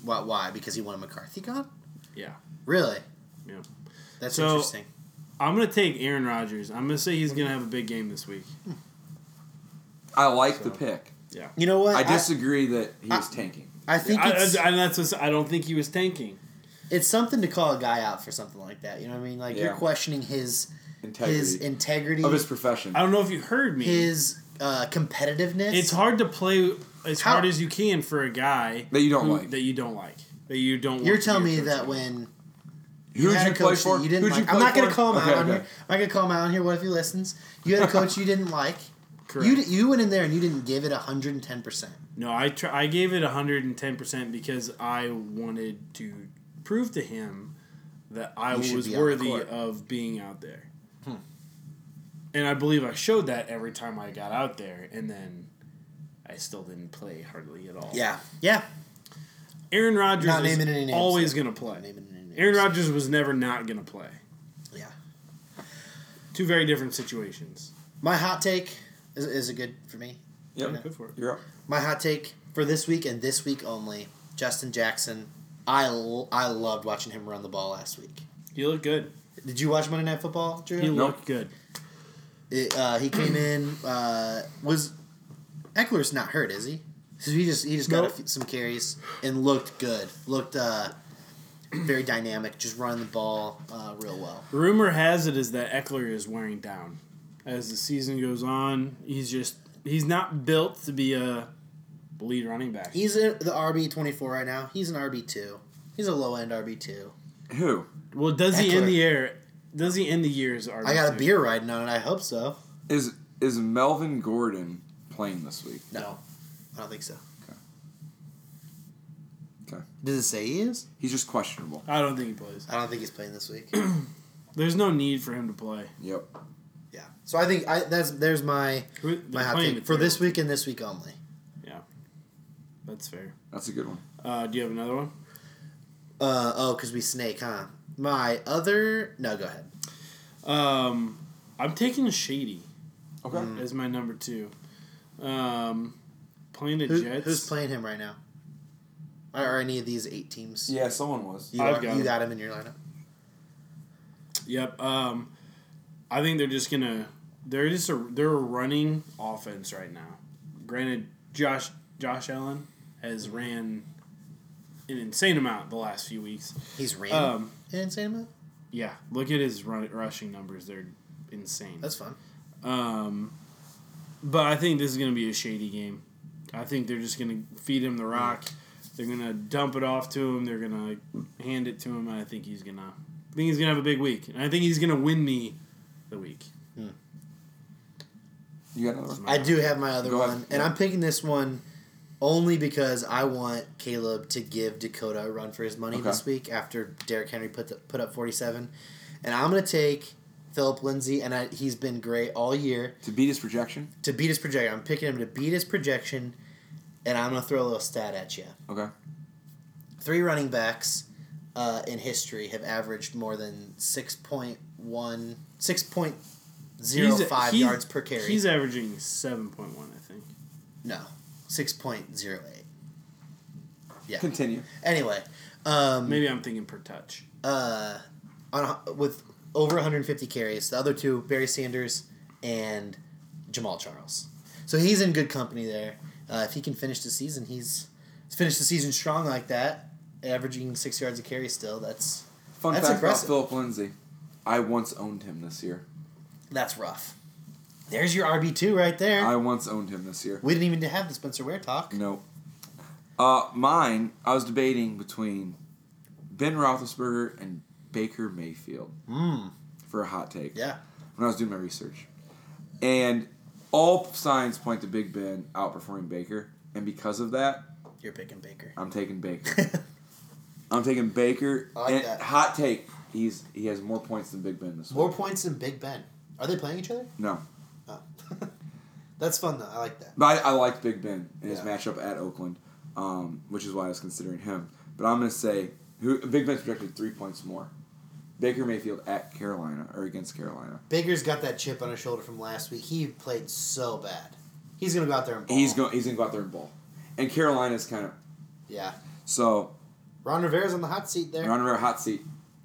Why? Why? Because he won a McCarthy gone? Yeah. Really? Yeah. That's So- interesting. I'm going to take Aaron Rodgers. I'm going to say he's going to have a big game this week. I like the So. pick. Yeah. You know what? I disagree that he was I- tanking. I think I, it's, I, and that's what's, I don't think he was tanking. it's something to call a guy out for something like that. You know what I mean? Like you're Yeah. questioning his Integrity his integrity, of his profession. I don't know if you heard me. his uh, competitiveness. it's hard to play as How- hard as you can for a guy That you Mm. don't like. That you don't like. That you don't. want You're to telling be me your coach that of. when Who'd had you a play coach for? that you didn't Who'd like, play I'm not for? gonna call him Okay, out on okay. here. I'm not gonna call him out on here. What if he listens? You had a coach you didn't like. Correct. You you went in there and you didn't give it 110. percent No, I tr- I gave it 110% because I wanted to prove to him that I You should was be on the worthy court. Hmm. of being out there. And I believe I showed that every time I got out there and then I still didn't play hardly at all. Yeah, yeah. Aaron Rodgers Not naming is any names, always though. going to play. Naming any names. Aaron Rodgers was never not going to play. Yeah. Two very different situations. My hot take is, is it good for me? Yep. Good for it. You're up. My hot take for this week and this week only. Justin Jackson. I l- I loved watching him run the ball last week. You look good. Did you watch Monday Night Football, Drew? He Nope. looked good. It, uh, he came in. Uh, was Eckler's not hurt? Is he? So he just he just got a Nope. few, some carries and looked good. Looked uh, very dynamic. Just running the ball uh, real well. Rumor has it is that Eckler is wearing down as the season goes on. He's just he's not built to be a lead running back. He's a, the RB twenty four right now. He's an RB two. He's a low end RB two. Who? Well, does he Eckler. end the year? Does he end the year as RB? I got a beer riding on it. I hope so. Is is Melvin Gordon playing this week? No, I don't think so. Okay. Does it say he is? He's just questionable. I don't think he plays. I don't think he's playing this week. There's no need for him to play. Yep. yeah. So I think I that's there's my Who- they're my hot playing take the for this Bears. week and this week only. Yeah, that's fair. That's a good one. Uh, do you have another one? Uh oh, because we snake, huh? My other no, go ahead. Um, I'm taking Shady Okay. Mm. as my number two. Um, playing the Who, Jets. who's playing him right now? Are, are any of these eight teams? Yeah, someone was. You, I've are- got you him. got him in your lineup. Yep. Um, I think they're just gonna. They're just a. They're a running offense right now. Granted, Josh Josh Allen has ran an insane amount the last few weeks. He's ran Um, an insane amount. yeah, look at his run, rushing numbers. They're insane. That's fun. Um, but I think this is going to be a shady game. I think they're just going to feed him the rock. They're going to dump it off to him. They're going to hand it to him, and I think he's going to. I think he's going to have a big week, and I think he's going to win me the week. You got another one? I do have my other Go one, ahead. and I'm picking this one only because I want Caleb to give Dakota a run for his money Okay. this week after Derrick Henry put the, put up 47, and I'm gonna take Philip Lindsay, and I, he's been great all year To beat his projection? to beat his projection. I'm picking him to beat his projection, and I'm gonna throw a little stat at you. Okay. Three running backs uh, in history have averaged more than 6.1, 6.05 he's- yards per carry. He's averaging seven point one, I think. No, six point zero eight. Yeah. Continue. Anyway, Um, Maybe I'm thinking per touch. uh, on a- with over 150 carries. The other two, Barry Sanders and Jamal Charles. So he's in good company there. Uh, if he can finish the season, he's finish the season strong like that, averaging six yards a carry. Still, that's Fun That's fact impressive. about Philip Lindsay. I once owned him this year. that's rough. There's your RB two right there. I once owned him this year. we didn't even have the Spencer Ware talk. No. Uh, mine, I was debating between Ben Roethlisberger and Baker Mayfield for a hot take Mm. Yeah, when I was doing my research. And all signs point to Big Ben outperforming Baker. And because of that, you're picking Baker. I'm taking Baker. I'm taking Baker. I like and that. hot take, he's he has more points than Big Ben this week. More points than Big Ben. Are they playing each other? No. Oh. that's fun though. I like that. But I, I liked Big Ben in his Yeah. matchup at Oakland, um, which is why I was considering him. But I'm going to say who Big Ben's projected three points more. Baker Mayfield at Carolina or against Carolina. Baker's got that chip on his shoulder from last week. He played so bad. He's gonna go out there and ball. He's going. He's going to go out there and ball. And Carolina's kind of Yeah, so. Ron Rivera's on the hot seat there. Ron Rivera hot seat.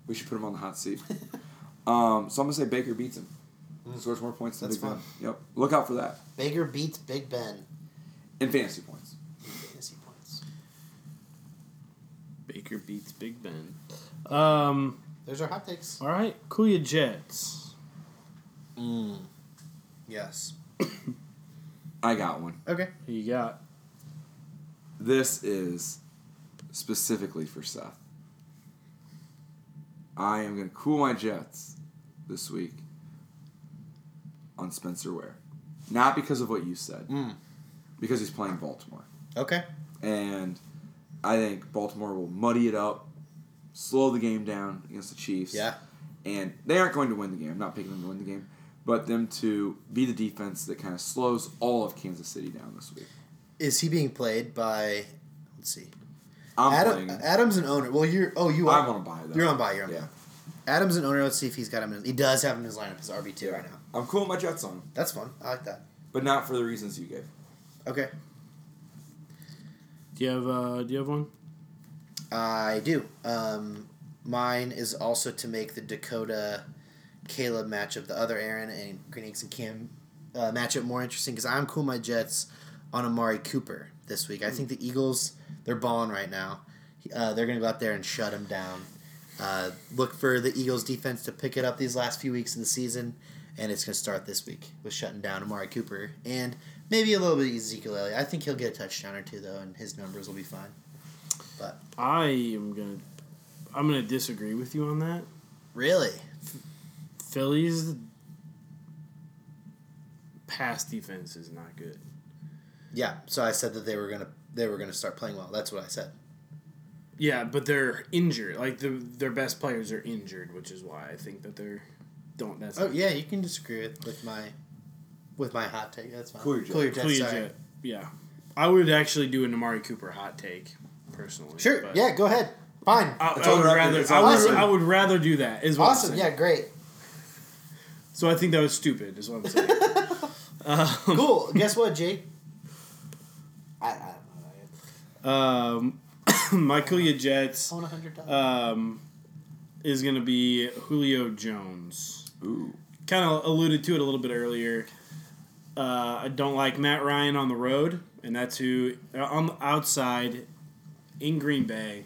We should put him on the hot seat. um, so I'm going to say Baker beats him. Scores more points than That's Big fun. Ben. Yep. Look out for that Baker beats Big Ben in fantasy points. in fantasy points. Baker beats Big Ben. Um, There's our hot takes. all right, Kuya Jets. Yes. I got one. Okay. Who you got? This is specifically for Seth. I am going to cool my jets this week on Spencer Ware. Not because of what you said, because he's playing Baltimore. Okay. And I think Baltimore will muddy it up, slow the game down against the Chiefs. Yeah. And they aren't going to win the game. I'm not picking them to win the game, but them to be the defense that kind of slows all of Kansas City down this week. Is he being played by? Let's see. I'm Adam. playing. Adam's an owner. Well, you're. Oh, you are. I'm on a buy though. You're on by. You're on Yeah. by. Adam's an owner. Let's see if he's got him. In, he does have him in his lineup as RB two right now. I'm cool with my Jets on, him, That's fun. I like that. but not for the reasons you gave. Okay. Do you have uh, Do you have one? I do. Um, mine is also to make the Dakota Caleb matchup, the other Aaron and Green Eggs and Cam uh, matchup more interesting because I'm cool with my Jets on Amari Cooper this week. I think the Eagles, they're balling right now. Uh, they're going to go out there and shut him down. Uh, look for the Eagles defense to pick it up these last few weeks of the season, and it's going to start this week with shutting down Amari Cooper and maybe a little bit of Ezekiel Elliott. I think he'll get a touchdown or two, though, and his numbers will be fine. But I am gonna I'm gonna disagree with you on that. Really? Philly's pass defense is not good. Yeah. So I said that they were gonna they were gonna start playing well. That's what I said. Yeah, but they're injured. Like the their best players are injured, which is why I think that they're don't that's Oh yeah, you can disagree with, with my with my hot take. That's fine. Cool your jet. Cool your jet. Clea sorry. Jet. Yeah. I would actually do an Amari Cooper hot take personally. Sure. but- yeah. Go ahead. Fine. I, It's I on would record. rather It's I on would, record. I would rather do that is what I'm awesome. saying. Yeah. Great. So I think that was stupid is what I'm saying. Cool. Guess what, Jake? I, I don't know. um my Kuya Jets I own a hundred dollars. Uh, um, is going to be Julio Jones. Ooh. Kind of alluded to it a little bit earlier. Uh, I don't like Matt Ryan on the road, and that's who uh, on the outside in Green Bay,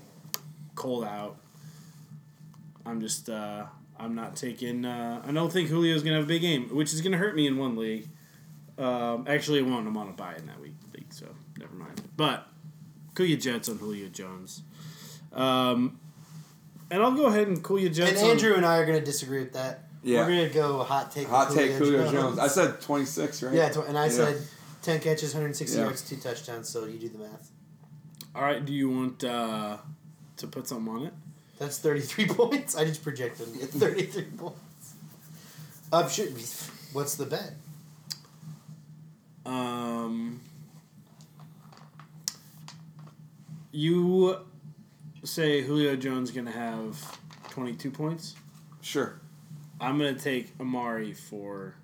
cold out. I'm just uh, I'm not taking. Uh, I don't think Julio's gonna have a big game, which is gonna hurt me in one league. Um, actually, one I'm on a buy in that week league, so never mind. But Kuya Jets on Julio Jones, um, and I'll go ahead and Kuya Jets. and on- Andrew and I are gonna disagree with that. Yeah. We're gonna go hot take. with Hot take Julio Jones. I said 26, right? yeah. Tw- and I Yeah. said ten catches, hundred sixty Yeah. yards, two touchdowns. So you do the math. All right, do you want uh, to put something on it? That's 33 points. I just projected him to get 33 points. Up should be. What's the bet? Um, you say Julio Jones going to have 22 points. Sure. I'm going to take Amari for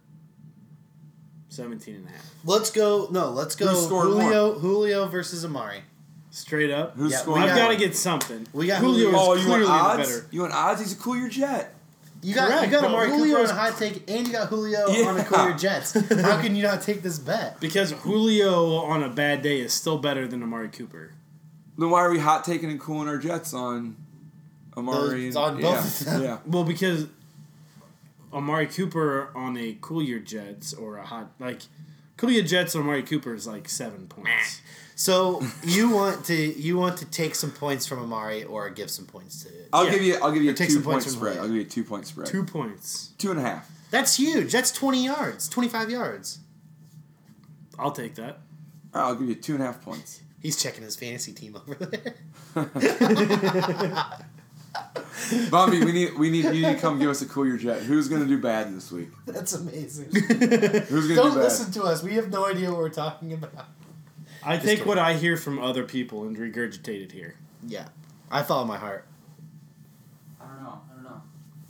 17 and a half. Let's go. No, let's go. Who scored Julio, Julio versus Amari. Straight up. Who's Yeah, we scoring? I've got- got to get something. we got Julio is Julio. oh, you clearly want the odds? better. You want odds? He's a cool your jet. You got Correct, you got but Amari Julio's- Cooper on a hot take, and you got Julio on a Yeah. career Jets. How can you not take this bet? Because Julio on a bad day is still better than Amari Cooper. Then why are we hot taking and cooling our jets on Amari? Those- and- on both of yeah, them. yeah. Well, because Amari Cooper on a cool your Jets or a hot like cool your Jets on Amari Cooper is like seven points. So you want to you want to take some points from Amari or give some points to I'll Yeah. give you. I'll give you a Or take two some point points from spread. Julio. I'll give you a two point spread. Two points. two and a half. That's huge. That's twenty yards, twenty five yards. I'll take that. All right, I'll give you two and a half points. He's checking his fantasy team over there. Bobby, we need. We need you need to come give us a cool your jet. Who's gonna do bad this week? That's amazing. Who's gonna do Don't bad? listen to us. We have no idea what we're talking about. I take kidding. what I hear from other people and regurgitate it here. Yeah, I follow my heart. I don't know. I don't know.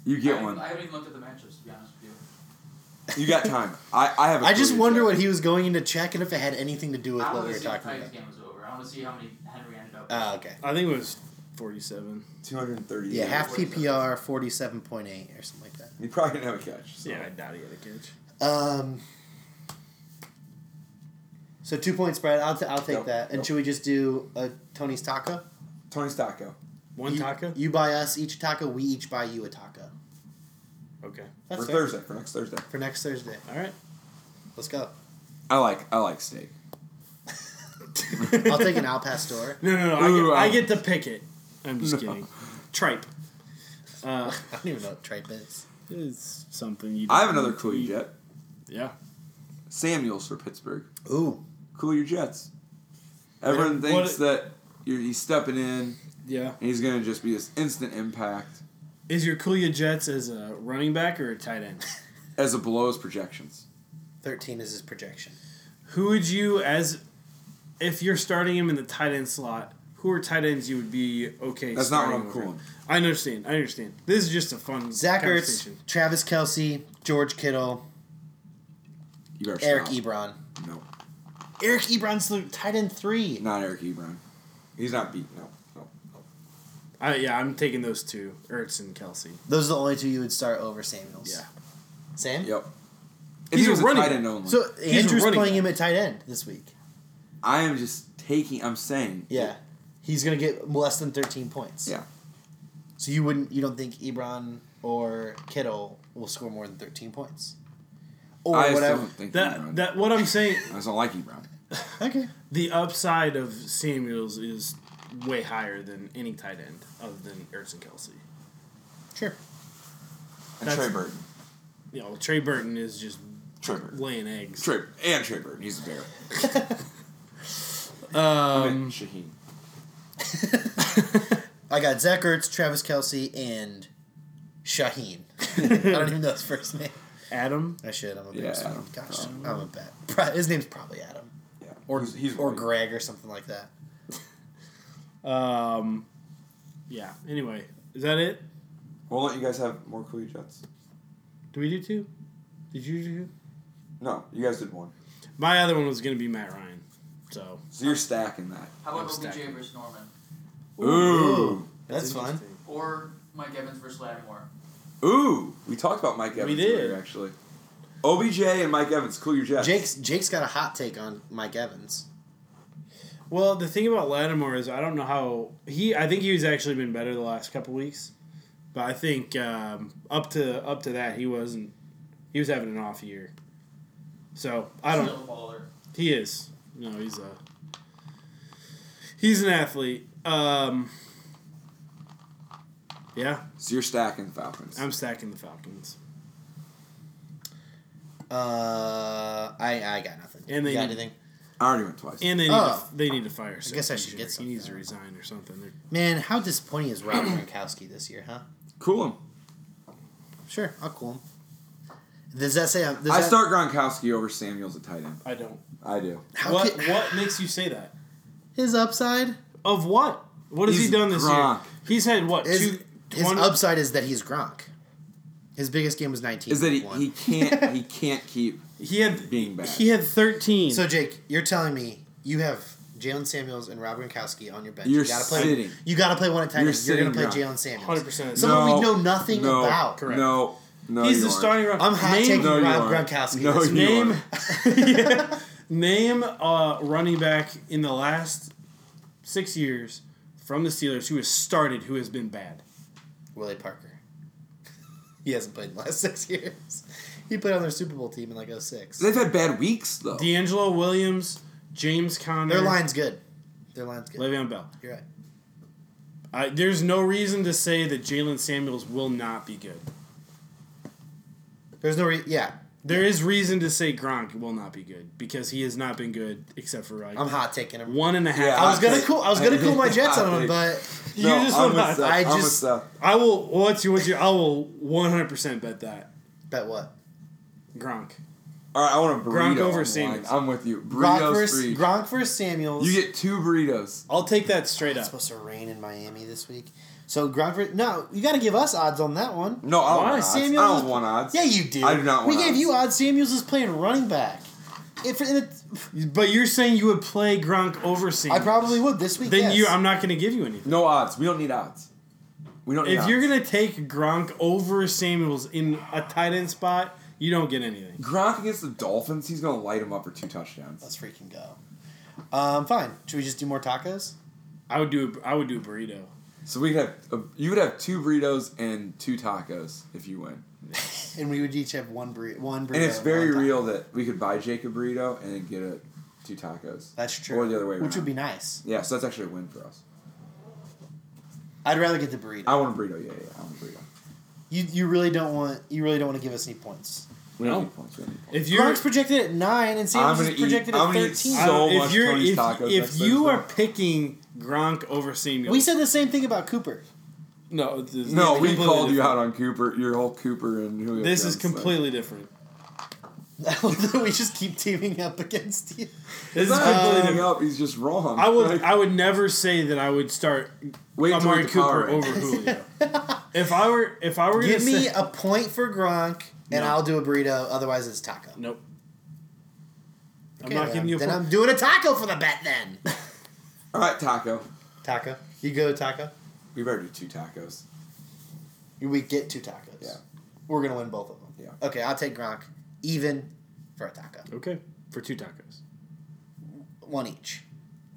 You I get haven't- one. I haven't even looked at the matches, to be honest with you. You got time. I, I have. A I cool just your wonder jet. what he was going to check and if it had anything to do with I what want we to were see if the talking Titans about. game was over. I want to see how many Henry ended up. with. Oh, okay. I think it was forty-seven. Two hundred and thirty. Yeah, half 47. PPR, forty-seven point eight or something like that. He probably didn't have a catch. so. Yeah, I doubt he had a catch. Um. So two point spread. I'll, t- I'll take Nope, that. And nope. should we just do a Tony's taco? Tony Stacco. One you, taco. You buy us each a taco. We each buy you a taco. Okay. That's for fair. Thursday. For next Thursday. For next Thursday. All right. Let's go. I like. I like steak. I'll take an Al Pastor. No, no, no. Ooh, I, I- get, I get to pick it. I'm just No. kidding. Tripe. Uh, I don't even know what tripe is. it's something you. I have don't another need to cool eat. your jet. Yeah. Samuels for Pittsburgh. Ooh. Cool your jets. Everyone What- thinks that you're, he's stepping in Yeah. and he's going to just be this instant impact Is your Kulia Jets as a running back or a tight end? as it blows projections. Thirteen is his projection. Who would you as if you're starting him in the tight end slot? Who are tight ends you would be okay? That's not what starting I'm over? calling. I understand. I understand. This is just a fun Zach Ertz, conversation. Travis Kelsey, George Kittle, You better Eric stop. Ebron. No, Eric Ebron's the tight end three. not Eric Ebron. He's not beat. No, no. I, yeah, I'm taking those two, Ertz and Kelsey. Those are the only two you would start over Samuels. Yeah. Sam? Yep. If He's he a was a running tight back. end only. So He's a Andrew's running playing back. him at tight end this week. I am just taking. I'm saying. Yeah. He's gonna get less than thirteen points. Yeah. So you wouldn't you don't think Ebron or Kittle will score more than thirteen points? Or I still whatever. don't think That Ebron. that what I'm saying. I just don't like Ebron. Okay. The upside of Samuels is way higher than any tight end other than Ertz and Kelsey. Sure. And That's- Trey Burton. You know, Trey Burton is just Trey Burton. laying eggs. Trey and Trey Burton. He's a bear. I mean, Um, Shaheen. I got Zach Ertz, Travis Kelsey, and Shaheen. I don't even know his first name. Adam I should. I'm Yeah, embarrassed. Adam. Gosh, I'm a bad. Pro- his name's probably Adam Yeah. Or he's, he's or white. Greg or something like that. Um, yeah. Anyway, is that it? We'll let you guys have more cool jets. Do we do two? Did you do two? No, you guys did one. My other one was gonna be Matt Ryan. So So you're stacking that. How I'm about OBJ stacking. versus Norman? Ooh. That's fun. interesting. Or Mike Evans versus Lattimore? Ooh. We talked about Mike Evans did. earlier, actually. OBJ and Mike Evans, cool your jets. Jake's Jake's got a hot take on Mike Evans. Well, the thing about Lattimore is I don't know how he. I think he's actually been better the last couple weeks, but I think um, up to up to that he wasn't. He was having an off year. So I don't. Still a baller. He is. No, he's a. He's an athlete. Um, yeah, So you're stacking Falcons. I'm stacking the Falcons. Uh, I I got nothing. And they You got need- anything? I already went twice. And they need Oh. to, they need to fire. I guess I should get He needs to something. resign or something. They're- Man, how disappointing is Rob Gronkowski this year, huh? cool him. Sure, I'll cool him. Does that say? Does I that, start Gronkowski over Samuels at tight end. I don't. I do. How what ca- What makes you say that? his upside? Of what? What has He's he done this Gronk. year? He's had what His, two his 20 upside is that he's Gronk. His biggest game was nineteen. Is that he, one. he can't he can't keep He had being bad. he had thirteen. So Jake, you're telling me you have Jalen Samuels and Rob Gronkowski on your bench. You're you gotta play. sitting. You gotta play one at tight You're end. You're gonna play sitting Jalen Hundred Samuels. percent. So- someone we know nothing no, about. Correct. No, no, he's you the aren't. starting. Rob. I'm hot taking No, you Rob aren't. Gronkowski. No, this you week. Name, Yeah. name uh, running back in the last six years from the Steelers who has started who has been bad. Willie Parker. He hasn't played in the last six years. He played on their Super Bowl team in like 06. They've had bad weeks though. D'Angelo Williams, James Conner, Oh. Their line's good. Their line's good. Le'Veon Bell. You're right. I, there's no reason to say that Jalen Samuels will not be good. There's no re- yeah. There is reason to say Gronk will not be good because he has not been good except for like I'm hot taking him. one and a half. Yeah, I was gonna take- cool. I was gonna cool my I Jets on him, take- but you no, just I'm will with not. Seth. I I'm with just- Seth. I will. What's your? What's your? I will 100 percent bet that bet what? Gronk. All right, I want a burrito. Gronk over on the line. Samuels. I'm with you. Gronk Burritos free. versus, Gronk versus Samuels. You get two burritos. I'll take that straight it's up. supposed to rain in Miami this week. So Gronk versus, no, you got to give us odds on that one. No, I don't Why? want odds. Samuels I don't is- want odds. Yeah, you do. I do not We want gave odds. you odds. Samuels is playing running back. If and it, But you're saying you would play Gronk over I Samuels. probably would this week. Then yes. you, I'm not going to give you anything. No odds. We don't need odds. We don't. Need If odds. you're going to take Gronk over Samuels in a tight end spot, you don't get anything. Gronk against the Dolphins, he's gonna light him up for two touchdowns. Let's freaking go. Um, fine. Should we just do more tacos? I would do. A, I would do a burrito. So we could have a, you would have two burritos and two tacos if you win. And we would each have one burrito. One burrito And it's very one taco. real that we could buy Jake a burrito and then get a, two tacos. That's true. Or the other way Which would around. be nice. Yeah, so that's actually a win for us. I'd rather get the burrito. I want a burrito. Yeah, yeah, I want a burrito. you you really don't want you really don't want to give us any points. We don't No. need points. We don't need points. If you're Gronk's projected at nine, and Samuels I'm is gonna eat- projected I'm at gonna eat thirteen. I- so if much you're Tony's if, tacos if next you Thursday. are picking Gronk over Samuels, we said the same thing about Cooper. no. This is No, we completely called you different. out on Cooper, your whole Cooper and Julio. This is Jones thing. completely different. we just keep teaming up against you. This He's is not completely teaming different. up. He's just wrong. I would Like, I would never say that I would start wait till Amari we get the power Cooper over rankings. Julio. if I were if I were Give gonna me say, a point for Gronk, and No. I'll do a burrito. Otherwise, it's taco. nope. Okay, I'm not giving you a Then point. I'm doing a taco for the bet. Then All right, taco. taco. You go taco. We better do two tacos. We get two tacos. Yeah. We're gonna win both of them. Yeah. Okay, I'll take Gronk even for a taco. Okay, for two tacos. One each,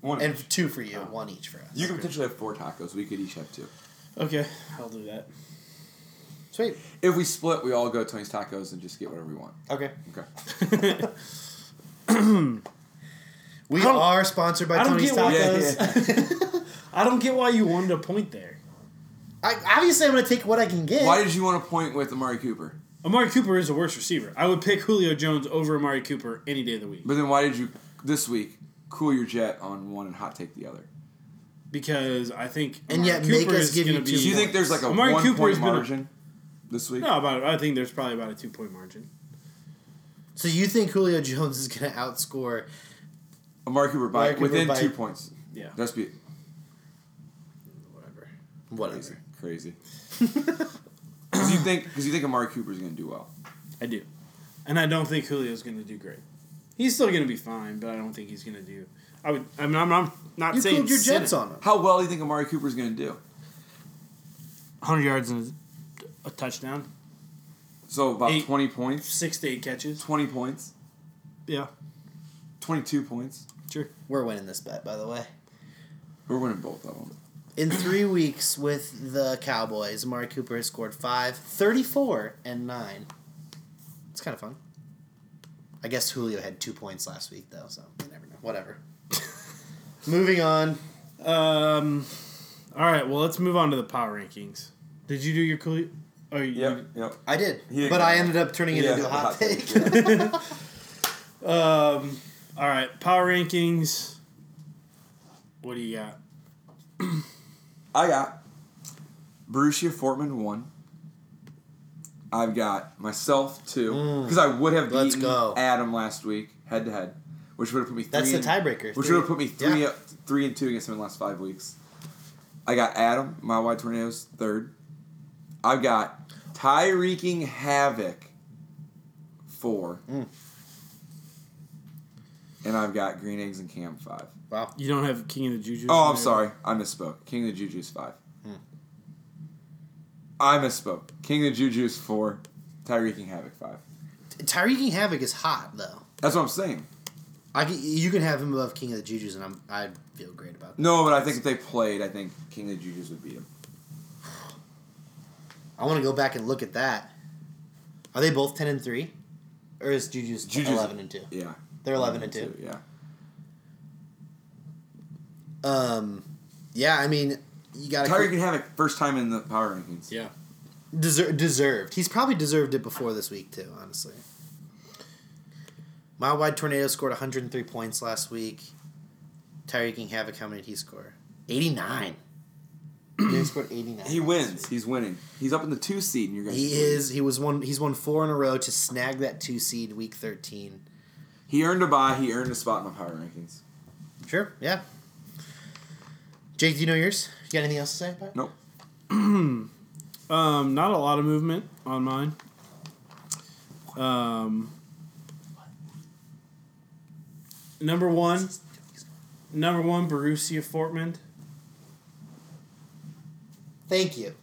One. and two for you. One each for us. you could potentially have four tacos. We could each have two. Okay, I'll do that. Sweet. If we split, we all go Tony's Tacos and just get whatever we want. Okay. Okay. We I don't- are sponsored by I don't Tony's get why- Tacos. Yeah, I don't get why you wanted a point there. I, obviously, I'm going to take what I can get. Why did you want to point with Amari Cooper? Amari Cooper is a worse receiver. I would pick Julio Jones over Amari Cooper any day of the week But then why did you this week cool your jet on one and hot take the other? because I think And Amari yet make Cooper us is give you gonna two be- Do you think there's like a Amari one Cooper has point been a- margin this week? No, about I think there's probably about a two point margin. so you think Julio Jones is going to outscore? Amari Cooper by Amari Cooper within by- two points. Yeah. That's be Whatever. Whatever. crazy. Crazy. Because you think because you think Amari Cooper's gonna do well. I do. And I don't think Julio's going to do great. He's still going to be fine, but I don't think he's going to do. I would. I mean, I'm, I'm not You saying cooled your sit Jets him. on him. How well do you think Amari Cooper's gonna do? 100 yards and a touchdown, So about Eight. twenty points. six to eight catches. Twenty points. Yeah, Twenty two points. sure. We're winning this bet, by the way. We're winning both of them. In three weeks with the Cowboys, Amari Cooper has scored five, 34, and nine. It's kind of fun. I guess Julio had two points last week, though, so you never know. Whatever. Moving on. Um, all right. Well, let's move on to the power rankings. Did you do your Julio? Oh, you, Yep. Yep. I did, He didn't but get I it. ended up turning it Yeah, into a hot, take. yeah. Um. All right. Power rankings. What do you got? I got Borussia Fortman one. I've got myself two because I would have Mm. Let's beaten go. Adam last week head to head, which would have put me. Three That's the and- tiebreaker. Which Three. would have put me three Yeah. up, three and two against him in the last five weeks. I got Adam, my wide tornadoes third. I've got Ty wreaking Mm. havoc four. and I've got Green Eggs and Cam five. Wow. You don't have King of the Juju. Oh, I'm sorry. I misspoke. King of the Juju's five. Hmm. I misspoke. King of the Juju's four. Tyreek and Havoc five. Tyreek and Havoc is hot though. That's what I'm saying. I can, you can have him above King of the Juju's, and I'm I feel great about that. No, but I think if they played, I think King of the Juju's would beat him. I want to go back and look at that. Are they both ten and three, or is Juju's, Juju's- eleven and two? Yeah. They're eleven and two. Yeah. Um, yeah, I mean, you got Tyreek to and Havoc first time in the power rankings. Yeah. deser- deserved. He's probably deserved it before this week too. Honestly, my wide tornado scored 103 points last week. Tyreek and Havoc, how many did he score? 89. he scored 89. He last wins. week. He's winning. He's up in the two seed, and you're going. He is. He was one. He's won four in a row to snag that two seed week thirteen. He earned a bye. He earned a spot in the power rankings. Sure. Yeah. Jake, do you know yours? You got anything else to say about it? Nope. Um, not a lot of movement on mine. Um, number one, number one, Borussia Fortman. Thank you.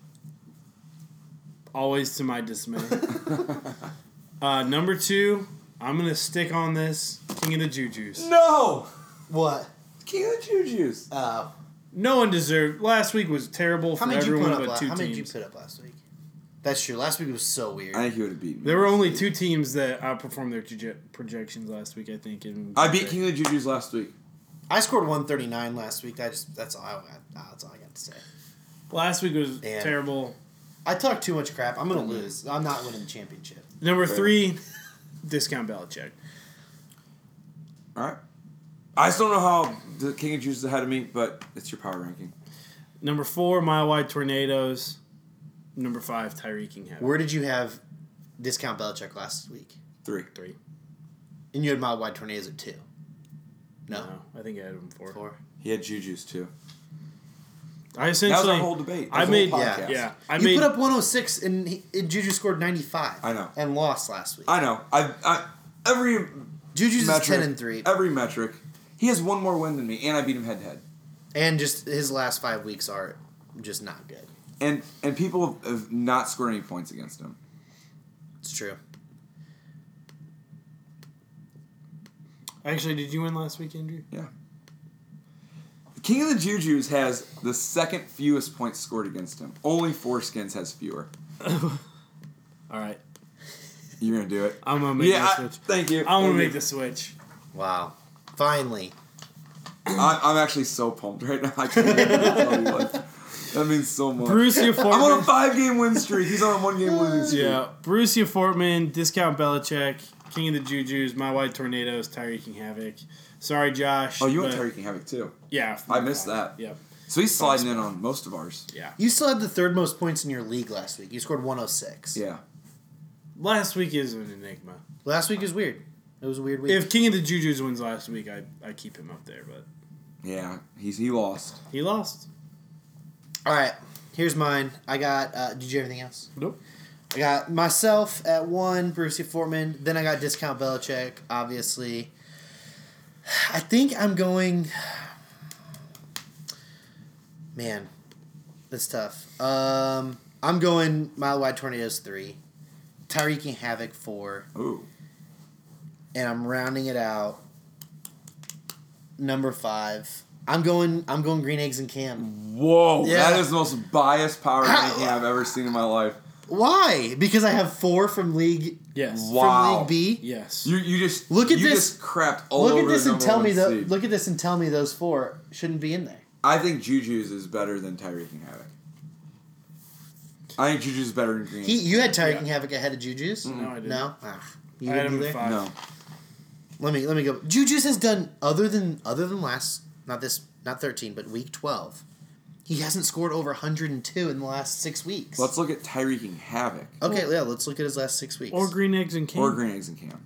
Always to my dismay. uh, number two, I'm gonna stick on this King of the Juju's. No. What? King of the Juju's. Uh, No one deserved. Last week was terrible for how many did you put everyone up? but La- two how many did you teams. put up last week? That's true. Last week was so weird. I think he would have beaten. me. There were only two teams that outperformed their proje- projections last week. I think. And I beat King of the Juju's last week. I scored 139 last week. I just that's all I got. ah, That's all I got to say. Last week was Damn. terrible. I talk too much crap. I'm gonna lose. I'm not winning the championship. Number Fair. three, discount Belichick. All right. I still don't know how the King of Juice is ahead of me, but it's your power ranking. Number four, mile wide tornadoes. Number five, Tyreek King Havoc. Where did you have discount Belichick last week? Three. Three. And you had mile wide tornadoes at two. No, No, I think I had him four. four. He had Juju's too. I That was essentially. our whole debate. That I was the made. whole Yeah, podcast. yeah. I you made. put up 106 and, he, and Juju scored 95. I know. And lost last week. I know. I, I every Juju's is metric, 10 and 3. Every metric. He has one more win than me, and I beat him head to head. and just his last five weeks are just not good. And and people have, have not scored any points against him. It's true. actually, did you win last week, Andrew? Yeah. The King of the Juju's has the second fewest points scored against him. Only four skins has fewer. All right, You're gonna do it. I'm gonna make Yeah. I, the switch. thank I, you. am gonna Thank make you. the switch. Wow. Finally. I'm, I'm actually so pumped right now. I can't even tell you what. That means so much. Borussia I'm on a Fortman. five game win streak. He's on a one game losing streak. yeah, Borussia Fortman, discount Belichick, King of the Juju's, my wide tornadoes, Tyreek King Havoc. Sorry, Josh. Oh, you and but- Tyreek can have it too. Yeah, I missed that. Yep. So he's sliding in on most of ours. Yeah. You still had the third most points in your league last week. You scored 106. Yeah. Last week is an enigma. Last week is weird. It was a weird week. If King of the Juju's wins last week, I I keep him up there, but Yeah. He's he lost. he lost. All right. Here's mine. I got, uh, did you have anything else? Nope. I got myself at one, Brucey Fortman. Then I got discount Belichick, obviously. I think I'm going. Man, that's tough. Um, I'm going mile wide tornadoes three, Tyreek and Havoc four, Ooh. and I'm rounding it out. Number five. I'm going. I'm going green eggs and cam. Whoa. Yeah. That is the most biased power ranking I've ever seen in my life. Why? Because I have four from league Yes. Wow. from league B. Yes. You you just Look at you this. Just crapped all look over at this the and number tell one me those. seed. Look at this and tell me those four shouldn't be in there. I think Juju's is better than Tyreek and Havoc. I think Juju's is better than Green. He, you had Tyreek Yeah. and Havoc ahead of Juju's. no, I didn't. No, ah, you I had didn't him either. at five. no. Let me let me go. Juju's has done other than other than last, not this, not thirteen, but week twelve. He hasn't scored over 102 in the last six weeks. Let's look at Tyreek and Havoc okay, yeah, let's look at his last six weeks. Or green eggs and King. or Green Eggs and Cam.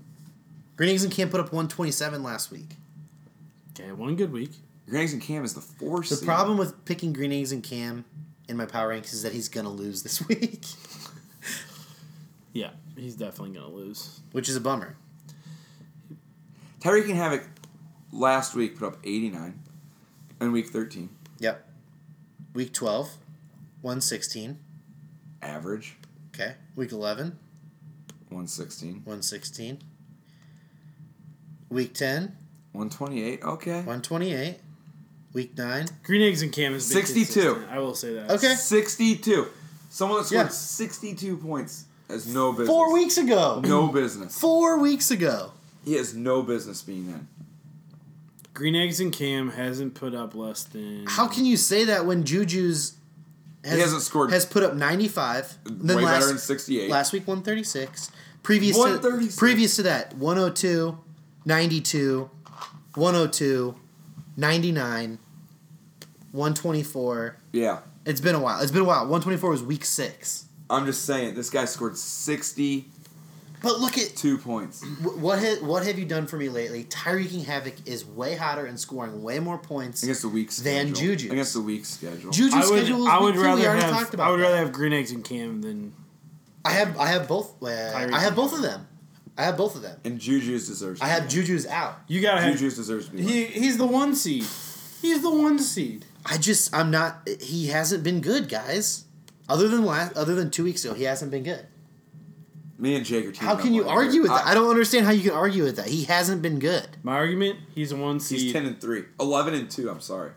Green Eggs and Camp put up 127 last week. Okay, one good week. Green Eggs and Cam is the four The seed. problem with picking Green Eggs and Cam in my power ranks is that he's gonna lose this week, Yeah, he's definitely gonna lose. which is a bummer. Tyreek and Havoc last week put up 89 in week 13. Yep. Week 12, 116. Average, Okay. Week 11, 116. 116. Week 10, 128, okay. 128. Week 9, Green Eggs and Cam is 62. I will say that. Okay. 62. Someone that scored Yeah. 62 points has no business. four weeks ago. No business. Four weeks ago. He has no business being in. Green Eggs and Cam hasn't put up less than. How can you say that when Juju's has, He hasn't scored. has put up 95? Then way last, better than 68. last week 136. Previous 136. to previous to that 102, 92, 102, 99, 124. yeah. It's been a while. It's been a while. 124 was week 6. I'm just saying, this guy scored 62 But look at points. Wh- What ha- what have you done for me lately? Tyreeking Havoc is way hotter and scoring way more points. Against the week schedule. Than Juju. Against the week schedule. Juju's I would, schedule is I would week two. We rather already have talked about I would that. rather have Green Eggs and Cam than I have I have both. uh, I have both of them. I have both of them. And Juju's deserves to I have be in. Juju's out. you gotta have Juju's deserves to be in. he, he's the one seed. He's the one seed. I just I'm not. He hasn't been good, guys. Other than last, other than two weeks ago, he hasn't been good. Me and Jake are teaming How up can you later. argue with that? I don't understand how you can argue with that. He hasn't been good. My argument, he's the one He's seed. ten and three. Eleven and two. I'm sorry.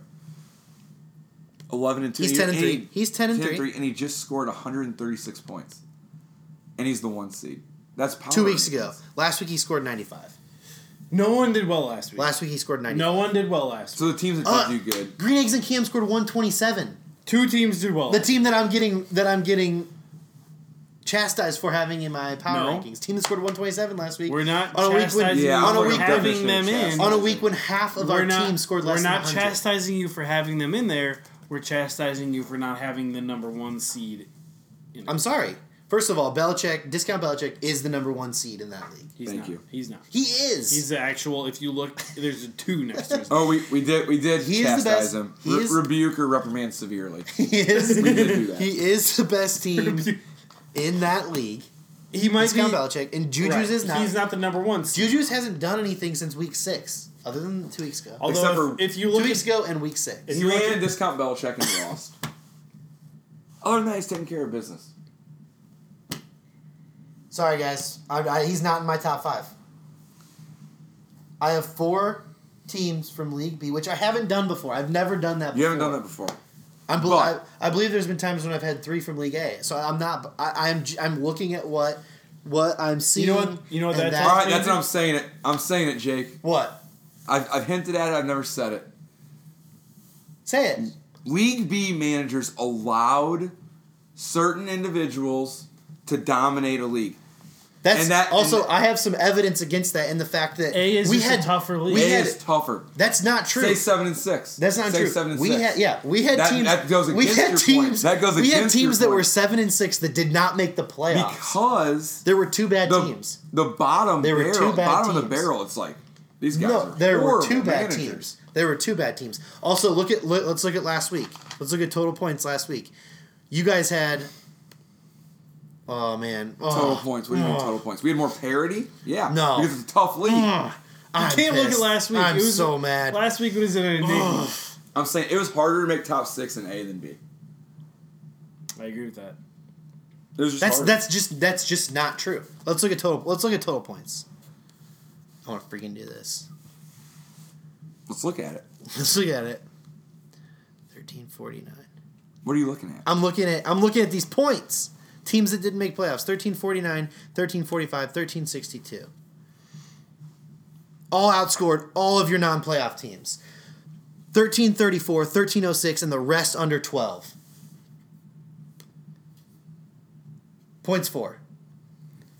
Eleven and two. He's He- 10 and he- three. He's 10 and three. and he just scored 136 points. And he's the one seed. That's power Two weeks ago, rankings. last week he scored 95. no one did well last week. Last week he scored 90. no one did well last week. So the teams that did Uh, do good. Green Eggs and Cam scored 127. Two teams did well. The team that I'm getting that I'm getting chastised for having in my power No. rankings. Team that scored 127 last week. we're not on a week when chastising Yeah, you I'm on a for week definitely having them in. chastising. on a week when half of our team scored less We're than not 100. chastising you for having them in there. We're chastising you for not having the number one seed. I'm sorry. First of all, Belichick, discount Belichick is the number one seed in that league. He's Thank not. you. He's not. He is. He's the actual. If you look, there's a two next Um, to his. Oh, we, we did we did He is the chastise best- him, he Re- is- rebuke or reprimand severely. he is. We did do that. he is the best team in that league. He might Discount be. Belichick and Juju's right. is not. He's not the number one. seed. Juju's hasn't done anything since week six, other than two weeks ago. Although, Except if- for- if, you Two look, weeks at, ago and week six. If He you look ran at- a discount Belichick and he lost. Other than that, he's taking care of business. Sorry, guys. I, I, he's not in my top five. I have four teams from League B, which I haven't done before. I've never done that before. You haven't done that before. I'm bel- I, but- I believe there's been times when I've had three from League A. So I'm not. I, I'm, j- I'm looking at what what I'm seeing. know what- you know what and that All tells right, that's what I'm saying. It. I'm saying it, Jake. What? I've, I've hinted at it. I've never said it. Say it. League B managers allowed certain individuals to dominate a league. That's And that- also. and- I have some evidence against that in the fact that A is we just a had tougher league. We A had. is tougher. That's not true. Say seven and six. That's not Say true. Seven and we six. had yeah, we had That- teams that goes we against had your point. teams That goes we had against your teams that were point. 7 and 6 that did not make the playoffs. because there were two bad the, teams. the bottom There were barrel, two bad bottom of the teams. barrel. It's like these guys No, are there were horrible two bad managers. teams. There were two bad teams. Also, look at let, let's look at last week. Let's look at total points last week. You guys had Oh man. Oh, Total points. What do you mean total points? We had more parity. Yeah. No. Mm. Because it's a tough league. you I'm can't look at pissed. last week. I'm it was so mad. Last week was an enigma. I'm saying it was harder to make top six in A than B. I agree with that. It was just That's harder. that's just that's just not true. Let's look at total let's look at total points. I want to freaking do this. Let's look at it. Let's look at it. 1349. What are you looking at? I'm looking at I'm looking at these points. Teams that didn't make playoffs. 1349, 1345, 1362. All outscored all of your non-playoff teams. 1334, 1306 and the rest under 12. Points 4.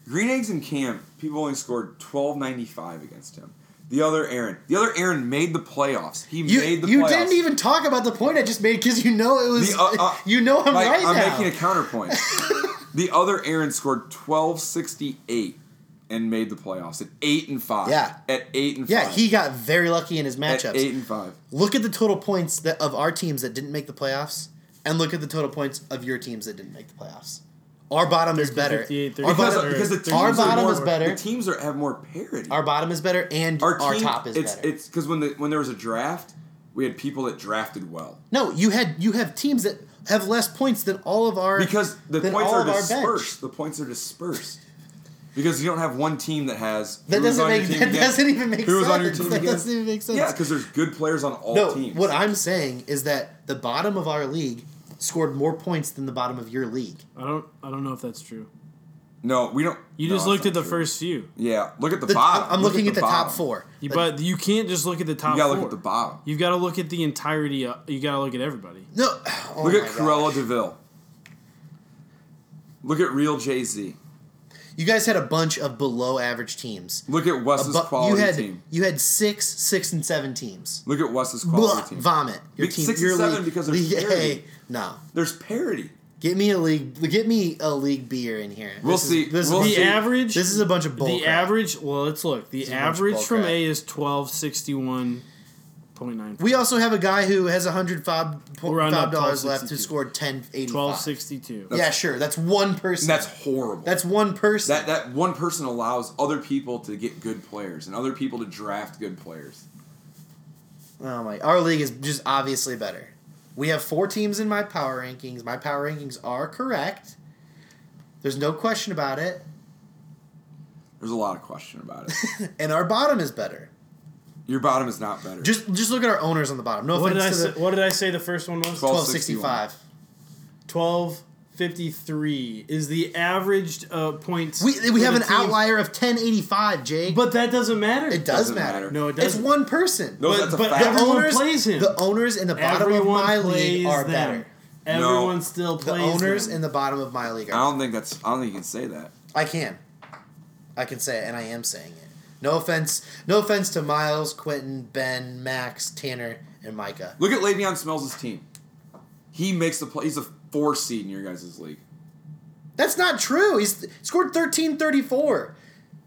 Green Eggs and Cam, people only scored twelve ninety five against him. The other Aaron, the other Aaron made the playoffs. He You, made the you playoffs. didn't even talk about the point I just made because you know it was The, uh, uh, you know I'm like, right I'm now. making a counterpoint. the other Aaron scored twelve sixty eight and made the playoffs at eight and five. Yeah. at eight and yeah, five. he got very lucky in his at matchups. eight and five. look at the total points that of our teams that didn't make the playoffs and look at the total points of your teams that didn't make the playoffs. Our bottom is 50, better. 58, Our Because, bottom, because the teams Our are bottom more- is better. The teams are have more parity. our bottom is better, and our, our, team, top is it's, better. It's because when the when there was a draft, we had people that drafted well no, you had you have teams that have less points than all of our because the than points all are of our bench. dispersed. The points are dispersed because you don't have one team that has That who was doesn't on your make team that again, doesn't even make who sense. was on your team that again. doesn't even make sense. Yeah, because there's good players on all no, teams. what I'm saying is that the bottom of our league scored more points than the bottom of your league. I don't. I don't know if that's true. no, we don't. You no, just that's looked not at the true. first few, Yeah, look at the, The- bottom. I'm Look looking at the, top bottom. four. You- The- but you can't just look at the top. You gotta four. look at the bottom. You've got to look at the entirety. Of, you got to look at everybody. no, oh Look my at Cruella gosh. Deville. Look at real Jay Z. You guys had a bunch of below average teams. Look at Wes's Abu- you quality had team. you had six, six and seven teams. Look at Wes's quality Blah, team. vomit. Your Big team, six and your seven league, because there's league A. parity. No, There's parity. get me a league. Get me a league beer in here. We'll This is- see. this We'll is, The see. average. This is a bunch of bull. the crap. average. Well, let's look. The is a bunch of average bull from crap. A is twelve sixty one point nine. We also have a guy who has 100 fob, po- We're on fob up dollars left who 12.62. scored 1085. Twelve sixty two. Yeah, sure. That's one person. And that's horrible. that's one person. that that one person allows other people to get good players and other people to draft good players. oh my! Our league is just obviously better. We have four teams in my power rankings. My power rankings are correct. There's no question about it. There's a lot of question about it. And our bottom is better. Your bottom is not better. Just just look at our owners on the bottom. No What did I? offense to Say, the what did I say? The first one was 12. 1265. twelve fifty three. Is the average uh, points? We, we for have the an team. outlier of 1085, Jake. but that doesn't matter. it does Doesn't matter. matter. No, it It's doesn't. one person. no, but- that's a but fact. everyone- plays him. The owners in the bottom Everyone of my plays league are them. better. Everyone still The plays owners them. in the bottom of my league I are. don't think that's. I don't think you can say that. I can, I can say it, and I am saying it. No offense, no offense to Miles, Quentin, Ben, Max, Tanner, and Micah. Look at Le'Veon Smells' team. He makes the play. He's a four seed in your guys' league. That's not true. He's scored thirteen thirty four.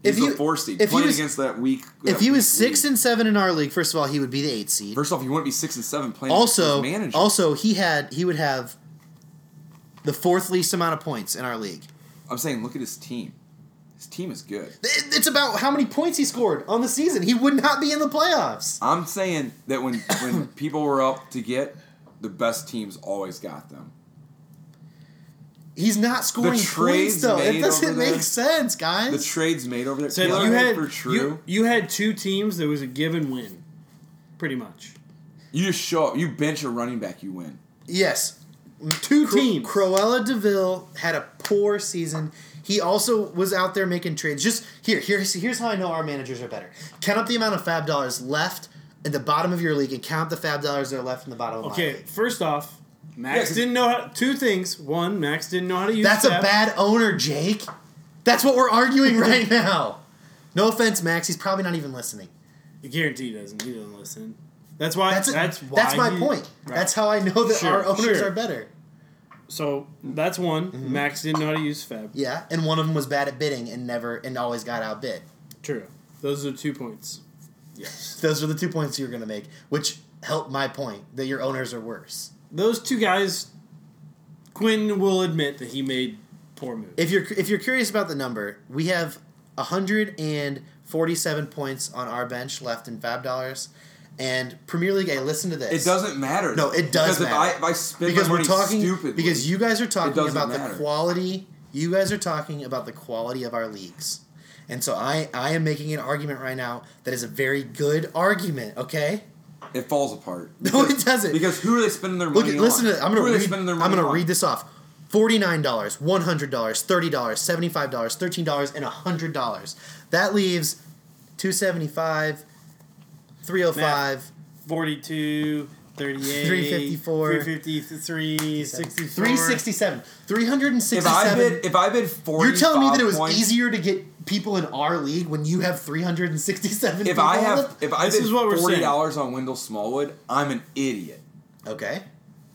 He's If you a four seed. if he Playing was- against that weak. if that he was weak six league. and seven in our league, first of all, he would be the eight seed. First off, you wouldn't be six and seven playing Also, against his manager. also he had he would have the fourth least amount of points in our league. I'm saying, look at his team. His team is good. It- It's about how many points he scored on the season. He would not be in the playoffs. I'm saying that when when people were up to get the best teams, always got them. He's not scoring points trades though. It made doesn't over make there- sense, guys. The trades made over there. So Taylor you Hall had for True. You, you had two teams. There was a given win, pretty much. You just show up. You bench a running back, you win. Yes. Two Cru- teams. Cruella Deville had a poor season. He also was out there making trades. Just here, here's here's how I know our managers are better. Count up the amount of fab dollars left at the bottom of your league and count the fab dollars that are left in the bottom of my okay, league. first off, Yeah, Max 'cause- didn't know how. Two things. One, Max didn't know how to use. That's a Fab. bad owner, Jake. That's what we're arguing right now. No offense, Max. He's probably not even listening. I guarantee he doesn't. He doesn't listen. That's why. That's That's it. that's, that's, why my he- point. Right. That's how I know that Sure, our owners sure. are better. so. That's one. Max didn't know how to use Fab. Mm-hmm. Yeah, and one of them was bad at bidding and never and always got outbid. True. Those are two points. Yes. Those were the two points you were gonna make, which helped my point that your owners are worse. Those two guys. Quinn will admit that he made poor moves. If you're if you're curious about the number, we have hundred and forty-seven points on our bench left in Fab dollars, and Premier League. Hey, listen to this. It doesn't matter. No, it does because If I, matter. if I spend because my we're money talking stupidly, because you guys are talking doesn't about matter. the quality. You guys are talking about the quality of our leagues, and so I I am making an argument right now that is a very good argument. Okay, it falls apart. No, it Because- doesn't. Because who are they spending their look, money at, listen on? to. I'm who gonna are they read. spending their I'm money gonna on? read this off. Forty-nine dollars, one hundred dollars, thirty dollars, seventy-five dollars, thirteen dollars, and hundred dollars. That leaves two seventy-five, three hundred five, 42, 38, 354, 353, 64. three sixty-seven, three hundred and If I sixty-seven. bid, if I bid forty, You're telling me that it was points, easier to get people in our league when you have 367 If people I on have, the- if I This bid is what we're forty saying. dollars on Wendell Smallwood, I'm an idiot. Okay.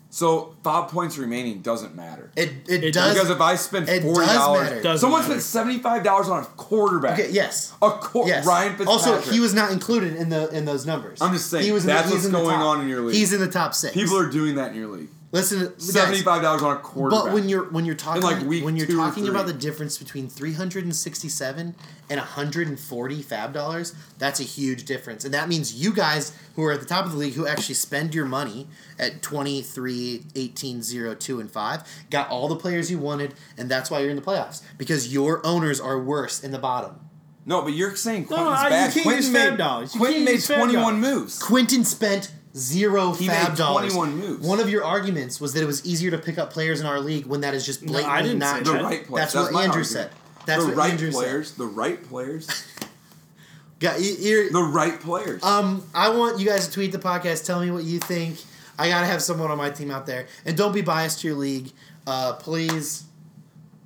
So five points remaining doesn't matter. It, it, It does. because if I spend it does forty matter. dollars, Doesn't someone matter. spent seventy five dollars on a quarterback. okay, yes. a cor- Yes. Oh, Ryan Fitzpatrick. Also, he was not included in the in those numbers. I'm just saying, He was in that's he's what's in the going top- on in your league. He's in the top six. People are doing that in your league. Listen, Seventy guys, five dollars on a quarterback. But when you're when you're talking like, week when you're two or talking about the three. difference between 367 and 140 fab dollars, that's a huge difference. And that means you guys who are at the top of the league who actually spend your money at 23, 18, 0, 2 and 5 got all the players you wanted and that's why you're in the playoffs because your owners are worse in the bottom. no, but you're saying Quentin's I- you bad. can't Quentin use made, Fab dollars. You Quentin can't made use Fab twenty one dollars. moves. Quinton spent zero He fab made dollars. 21 moves. One of your arguments was that it was easier to pick up players in our league when that is just No, I blatantly didn't not say The true. that. right players. That's That's what my Andrew argument. said. That's the what right Andrew players. The right players. said. Got, e, you- you're- The right players. um, I want you guys to tweet the podcast. Tell me what you think. I gotta have someone on my team out there, and don't be biased to your league. Uh, please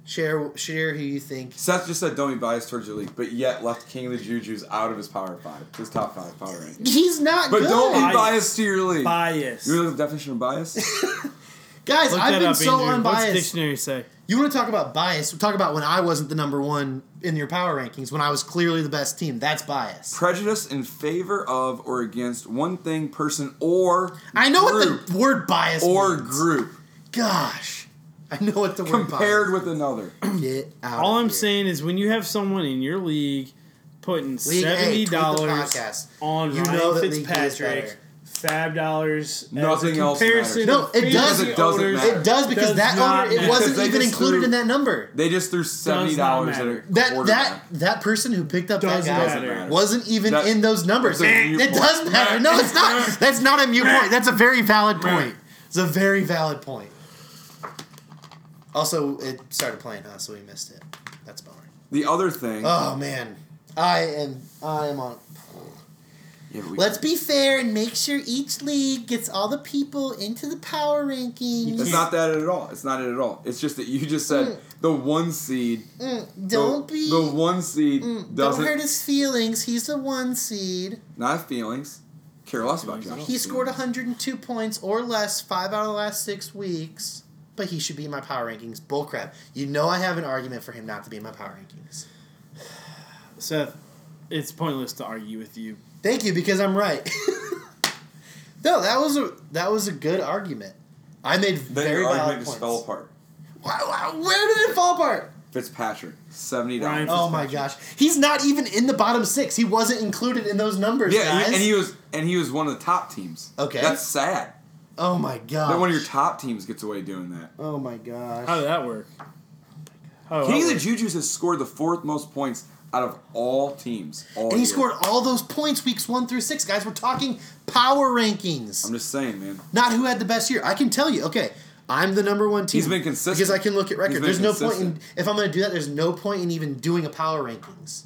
share share who you think. Seth just said don't be biased towards your league, but yet left King of the Juju's out of his power five, his top five power ranking. He's not But good, don't be Bias. biased to your league. Bias. You know the definition of bias? guys. Look I've that been up, so Andrew. What's unbiased. dictionary say? You want to talk about bias? Talk about when I wasn't the number one in your power rankings when I was clearly the best team. That's bias. Prejudice in favor of or against one thing, person, or I know group, what the word bias or means. group Gosh, I know what the word compared with another. bias. Get out. All of I'm here. saying is when you have someone in your league putting League A, seventy tweet the dollars podcast. on You Ryan know that league A is Fitzpatrick, better. Fab dollars, as a Nothing else comparison matters. of No, it does. fantasy Because it doesn't owners, matter. It does because does that not owner it matter. wasn't Because they even just included threw- in that number. They just threw seventy dollars at a matter. That that quarterback. that person who picked up that Doesn't guy matter. wasn't even That- in those numbers. that's a It mute point. does matter. No, it's not. That's not a mute point. That's a very valid point. It's a very valid point. Also, it started playing, huh? So we missed it. That's a bummer. The other thing. Oh man, I am I am on. Yeah, but we- Let's be fair and make sure each league gets all the people into the power rankings. It's not that at all. It's not it at all. It's just that you just said the one seed. Mm, the- don't be. Mm, The one seed Don't doesn't. hurt his feelings. He's the one seed. Not feelings. Care less about Josh. He scored 102 points or less five out of the last six weeks, but he should be in my power rankings. Bullcrap. You know I have an argument for him not to be in my power rankings. Seth, it's pointless to argue with you. Thank you, because I'm right. no, that was a that was a good argument. I made Then very your valid argument points. just fell apart. Wow, wow, where did it fall apart? Fitzpatrick, seventy Ryan dollars. Oh my gosh, he's not even in the bottom six. He wasn't included in those numbers, yeah, guys. and he, and he was and he was one of the top teams. Okay. that's sad. oh my That one of your god. top teams gets away doing that. Oh my gosh. How did that work? How did King that of the work? Juju's has scored the fourth most points out of all teams. All And he year. scored all those points weeks one through six, guys. We're talking power rankings, I'm just saying, man. not who had the best year. I can tell you, okay, I'm the number one team. He's been consistent. because I can look at He's record. been There's no point in consistent. if I'm going to do that. There's no point in even doing a power rankings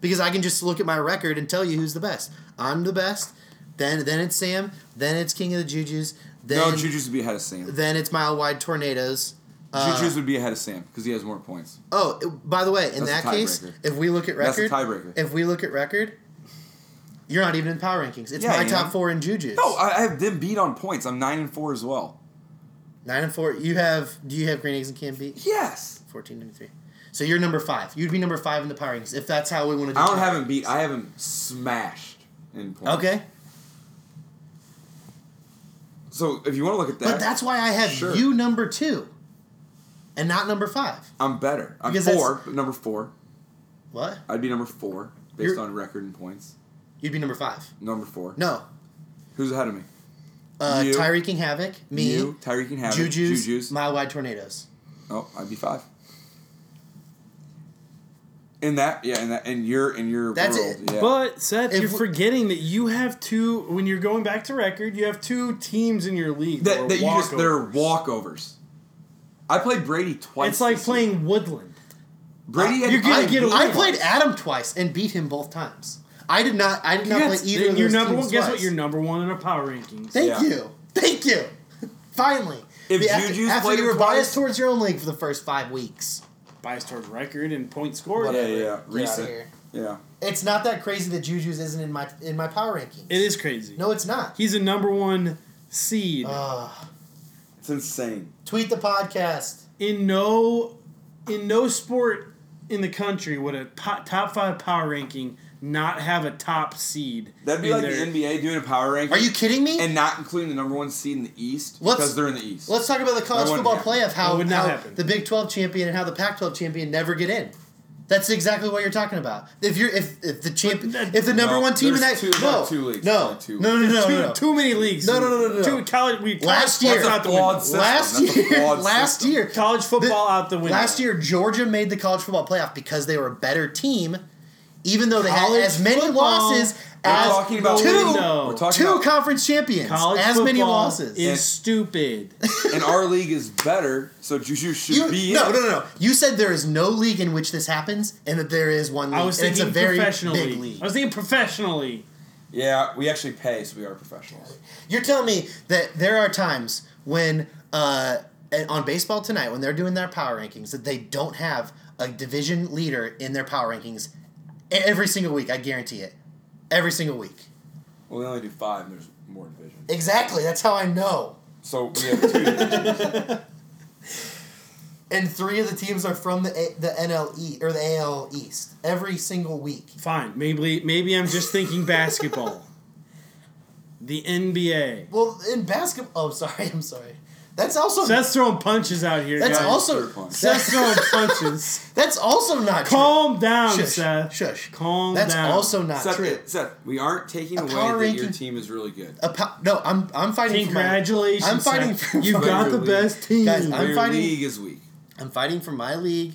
because I can just look at my record and tell you who's the best. I'm the best. Then then it's Sam. Then it's King of the Juju's. Then no, Juju's would be ahead of Sam. then it's mile wide tornadoes. Uh, Juju's would be ahead of Sam because he has more points. Oh, it- by the way, in That's a that case, tiebreaker. if we look at That's a record, tiebreaker. if we look at record, you're not even in power rankings. It's Yeah, my I top am. four in Juju's. No, I, I have them beat on points. I'm nine and four as well. nine and four. You have? Do you have Green Eggs and Can Beat? Yes, Fourteen and three. So you're number five. You'd be number five in the power rankings if that's how we want to do. I don't it. have him beat. I have him smashed in points. Okay, So if you want to look at that, but that's why I have Sure. you number two, and not number five. I'm better. I'm Because that's- four, but number four. What? I'd be number four based You're- on record and points. You'd be number five. Number four. No, Who's ahead of me? uh, You. Tyreek King Havoc, me, You, Tyreek and Havoc, Juju's, Juju's. mile wide tornadoes. oh, I'd be five. In that, yeah, in that, in your, in your That's world, it. yeah. But Seth, If you're we- forgetting that you have two. When you're going back to record, you have two teams in your league that, that, are that you just they're walkovers. walkovers. I played Brady twice. It's like this year. playing Woodland. Brady. had- you're gonna I get beat away I him. played Adam twice and beat him both times. I did not. I did not play Yes, either then of those you're number teams one. Guess twice. what? You're number one in our power rankings. Thank Yeah. you. Thank you. Finally. If The- after, Juju's after played you were him twice- biased towards your own league for the first five weeks. Biased toward record and point scored. Yeah, yeah, yeah. Get outta Recent. here. Yeah. It's not that crazy that Juju's isn't in my in my power rankings. It is crazy. No, it's not. He's a number one seed Uh, Ugh. It's insane. tweet the podcast. in no in no sport in the country would a po- top five power ranking not have a top seed? That'd be in like their- the NBA doing a power ranking. Are you kidding me? And not including the number one seed in the East Let's- because they're in the East. Let's talk about the college That wouldn't football happen. playoff. How, That would not how happen. the Big Twelve champion and how the Pac twelve champion never get in. That's exactly what you're talking about. If you're if if the champ But that- if the number No, one team in there's that two- there no are two leagues. There no are two no no no no, too, no, no. too many leagues. No, no, no, no, no. Too college. We Last college year- football's out the Flawed window. system. last That's a year flawed last system. year College football the- out the window. last year Georgia made the college football playoff because they were a better team, even though they College had as many football- losses We're as talking about two window. We're talking two about conference champions college as many football losses. is Yeah. stupid. and our league is better, so Juju should You- be no, in. no, no, no. You said there is no league in which this happens, and that there is one. League, I was and it's thinking a very professionally. big league. I was thinking professionally. Yeah, we actually pay, so we are professionals. You're telling me that there are times when uh, and on baseball tonight, when they're doing their power rankings, that they don't have a division leader in their power rankings e- every single week. I guarantee it. Every single week. Well, we only do five, and there's more divisions. Exactly. That's how I know. So we have two divisions. And three of the teams are from the a- the NLE or the AL East every single week. Fine. Maybe maybe I'm just thinking basketball. The NBA. Well, in basketball. Oh, sorry. I'm sorry. That's also Seth's throwing punches out here. Oh. That's guys. all- also third point. Seth's throwing punches. that's also not Calm down, Shush, Seth. shush. Calm true. That's down. also not Seth, true. Seth, we aren't taking A away that power your ranking- team is really good. A po- no, I'm I'm fighting Congratulations. I'm fighting Seth. for You've my got the league. best team. Guys, But I'm your fighting- league is weak. for my I'm fighting for my league,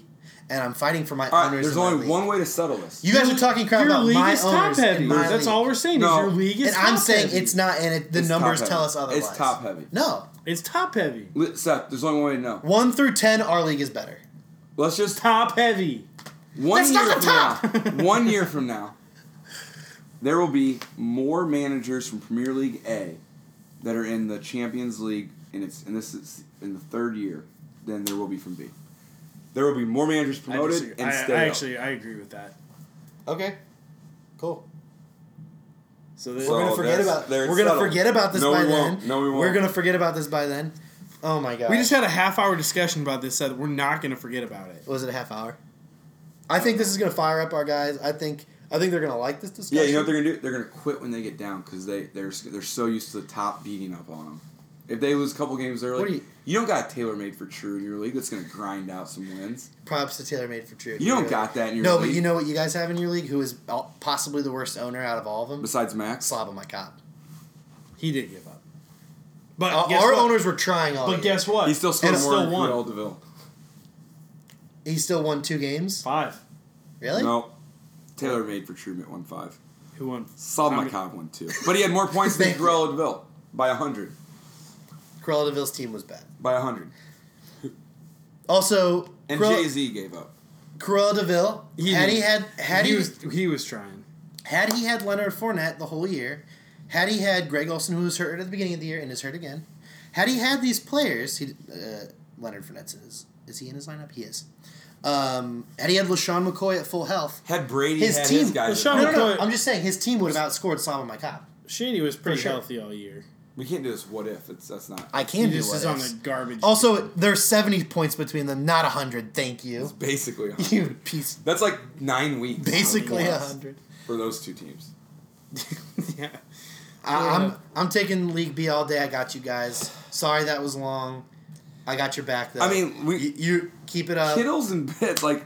and I'm fighting for my All right, owners. there's in my only league. one way to settle this. You guys are talking crap your about league my is top owners heavy. in my That's league. all we're saying is No. your league is And top I'm saying heavy. it's not, and it, the It's numbers top-heavy. tell us otherwise. It's top heavy. No, It's top heavy. Li- Seth, there's only one way to know. one through ten, our league is better. Let's just Top heavy. One That's year not from now, one year from now, there will be more managers from Premier League A that are in the Champions League, and it's and this is in the third year than there will be from B. There will be more managers I promoted disagree. and I, stay I up. actually I agree with that. Okay, cool. So, that, So- We're gonna forget there's- about there's we're gonna settled. forget about this No, by we then. won't. No, we We're won't. gonna forget about this by then. Oh my god. we just had a half hour discussion about this. Said we're not going to forget about it. was it a half hour? I think this is gonna fire up our guys. I think I think they're gonna like this discussion. yeah, you know what they're gonna do? They're gonna quit when they get down because they they're s- they're so used to the top beating up on them. If they lose a couple games What early, do you, you- don't got tailor made for true in your league. That's gonna grind out some wins. Props to Taylor made for true. You don't got that in your no, league. but you know what you guys have in your league? Who is all- possibly the worst owner out of all of them? Besides Max, Slob on my cop. He did give up. But Our guess Uh, our what? owners were trying all. But year. guess what? he still scored And more still than won. Cruel Deville. he still won two games. Five. Really? No. Taylor made for Truman won five. Who won? How many- Salmakov won two. But he had more points than Thank you. Guerrero Deville. By a hundred. Cruella Deville's team was bad. By a hundred. Also, And Cruella, Jay Z gave up. Cruella Deville He had he did. had had he, he, was he was trying. had he had Leonard Fournette the whole year, had he had Greg Olson who was hurt at the beginning of the year and is hurt again, had he had these players, he uh, Leonard Fournette is is he in his lineup? He is. Um, had he had LaShawn McCoy at full health, Had Brady His had team- his guys. LeSean- No, no, no. McCoy- I'm just saying his team would have outscored Salma my cop. Shaney was pretty sure. healthy all year. we can't do this what if. It's that's not I He can do just what is on ifs. a garbage. Also, there's 70 points between them, not 100. Thank you. it's basically a hundred. You piece. That's like nine weeks. Basically More or 100. less, For those two teams. yeah. I, I'm I'm taking League B all day. I got you guys. Sorry that was long. I got your back though. I mean, we- you, uh, you keep it up. Kittles and Bits like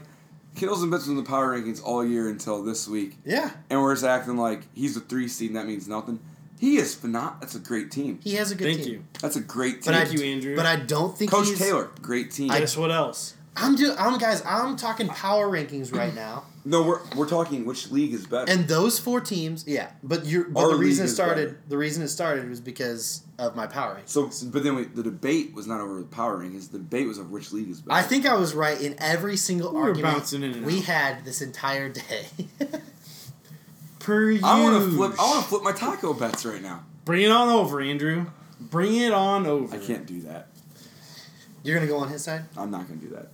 Kittles and Bits was in the power rankings all year until this week. Yeah, And we're just acting like he's a three seed and that means nothing. He is phenomenal. That's a great team. he has a good Thank team. you. That's a great team. But I, Thank you, Andrew. But I don't think Coach he's, Taylor, great team. Guess what else? I'm do I'm guys. I'm talking power rankings right now, No, we're we're talking which league is better. and those four teams. Yeah, but you're. But Our the league reason it is started. better. The reason it started was because of my power rankings. so, but then we, the debate was not over the power rankings. The debate was over which league is better. I think I was right in every single were argument bouncing in and we out. had this entire day. Per I want to flip. I want to flip my taco bets right now. Bring it on over, Andrew. Bring it on over. I can't do that. You're gonna go on his side. I'm not gonna do that.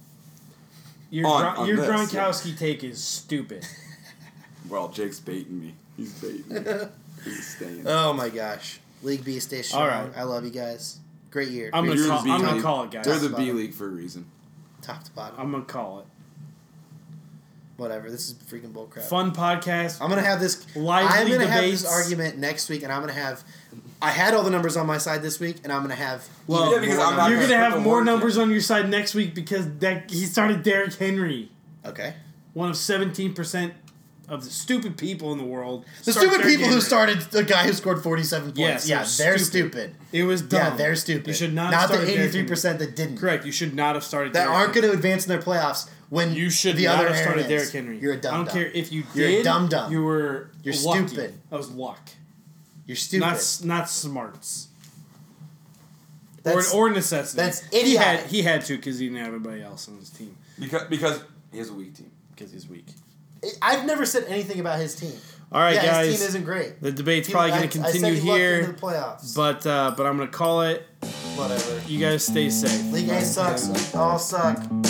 Your, On- Gron- on your this, Gronkowski take is stupid. Well, Jake's baiting me. He's baiting me. He's staying. Uh, Oh my gosh, League B, stay strong. All right. I love you guys. Great year. I'm Great gonna You're year. call- the B I'm gonna league. call it, guys. They're the That's B fine. league for a reason. top to bottom. I'm gonna call it. whatever. This is freaking bullcrap. Fun podcast. I'm gonna have this. Lively I'm gonna have debates. this argument next week, and I'm gonna have. I had all the numbers on my side this week, and I'm gonna have. Well, even yeah, because more I'm not numbers. You're gonna gonna put have the more work in. numbers on your side next week because that he started Derrick Henry, okay. one of 17 percent of the stupid people in the world. The start stupid Derrick people who Henry. started the guy who scored 47 points. Yes, yeah, they're they're stupid. stupid. It was dumb. Yeah, they're stupid. You should not have Not the started Derrick 83 percent that didn't. Correct. You should not have started. That Derrick aren't Henry. going to advance in their playoffs when You should the not other have started Aaron Derrick is. Henry. You're a dumb. I don't dumb. care if you did. You're a dumb dumb. You were. You're lucky. stupid. That was luck. You're stupid. Not s- not smarts. That's- or, or necessity. that's He had idiotic. he had to because he didn't have anybody else on his team Because because he has a weak team. because he's weak. I've never said anything about his team. All right, yeah, guys. his team isn't great. the debate's He- probably I- going to I said continue he lucked here, Into the playoffs, but uh, but I'm going to call it. whatever. You guys stay safe. League A sucks. We all suck.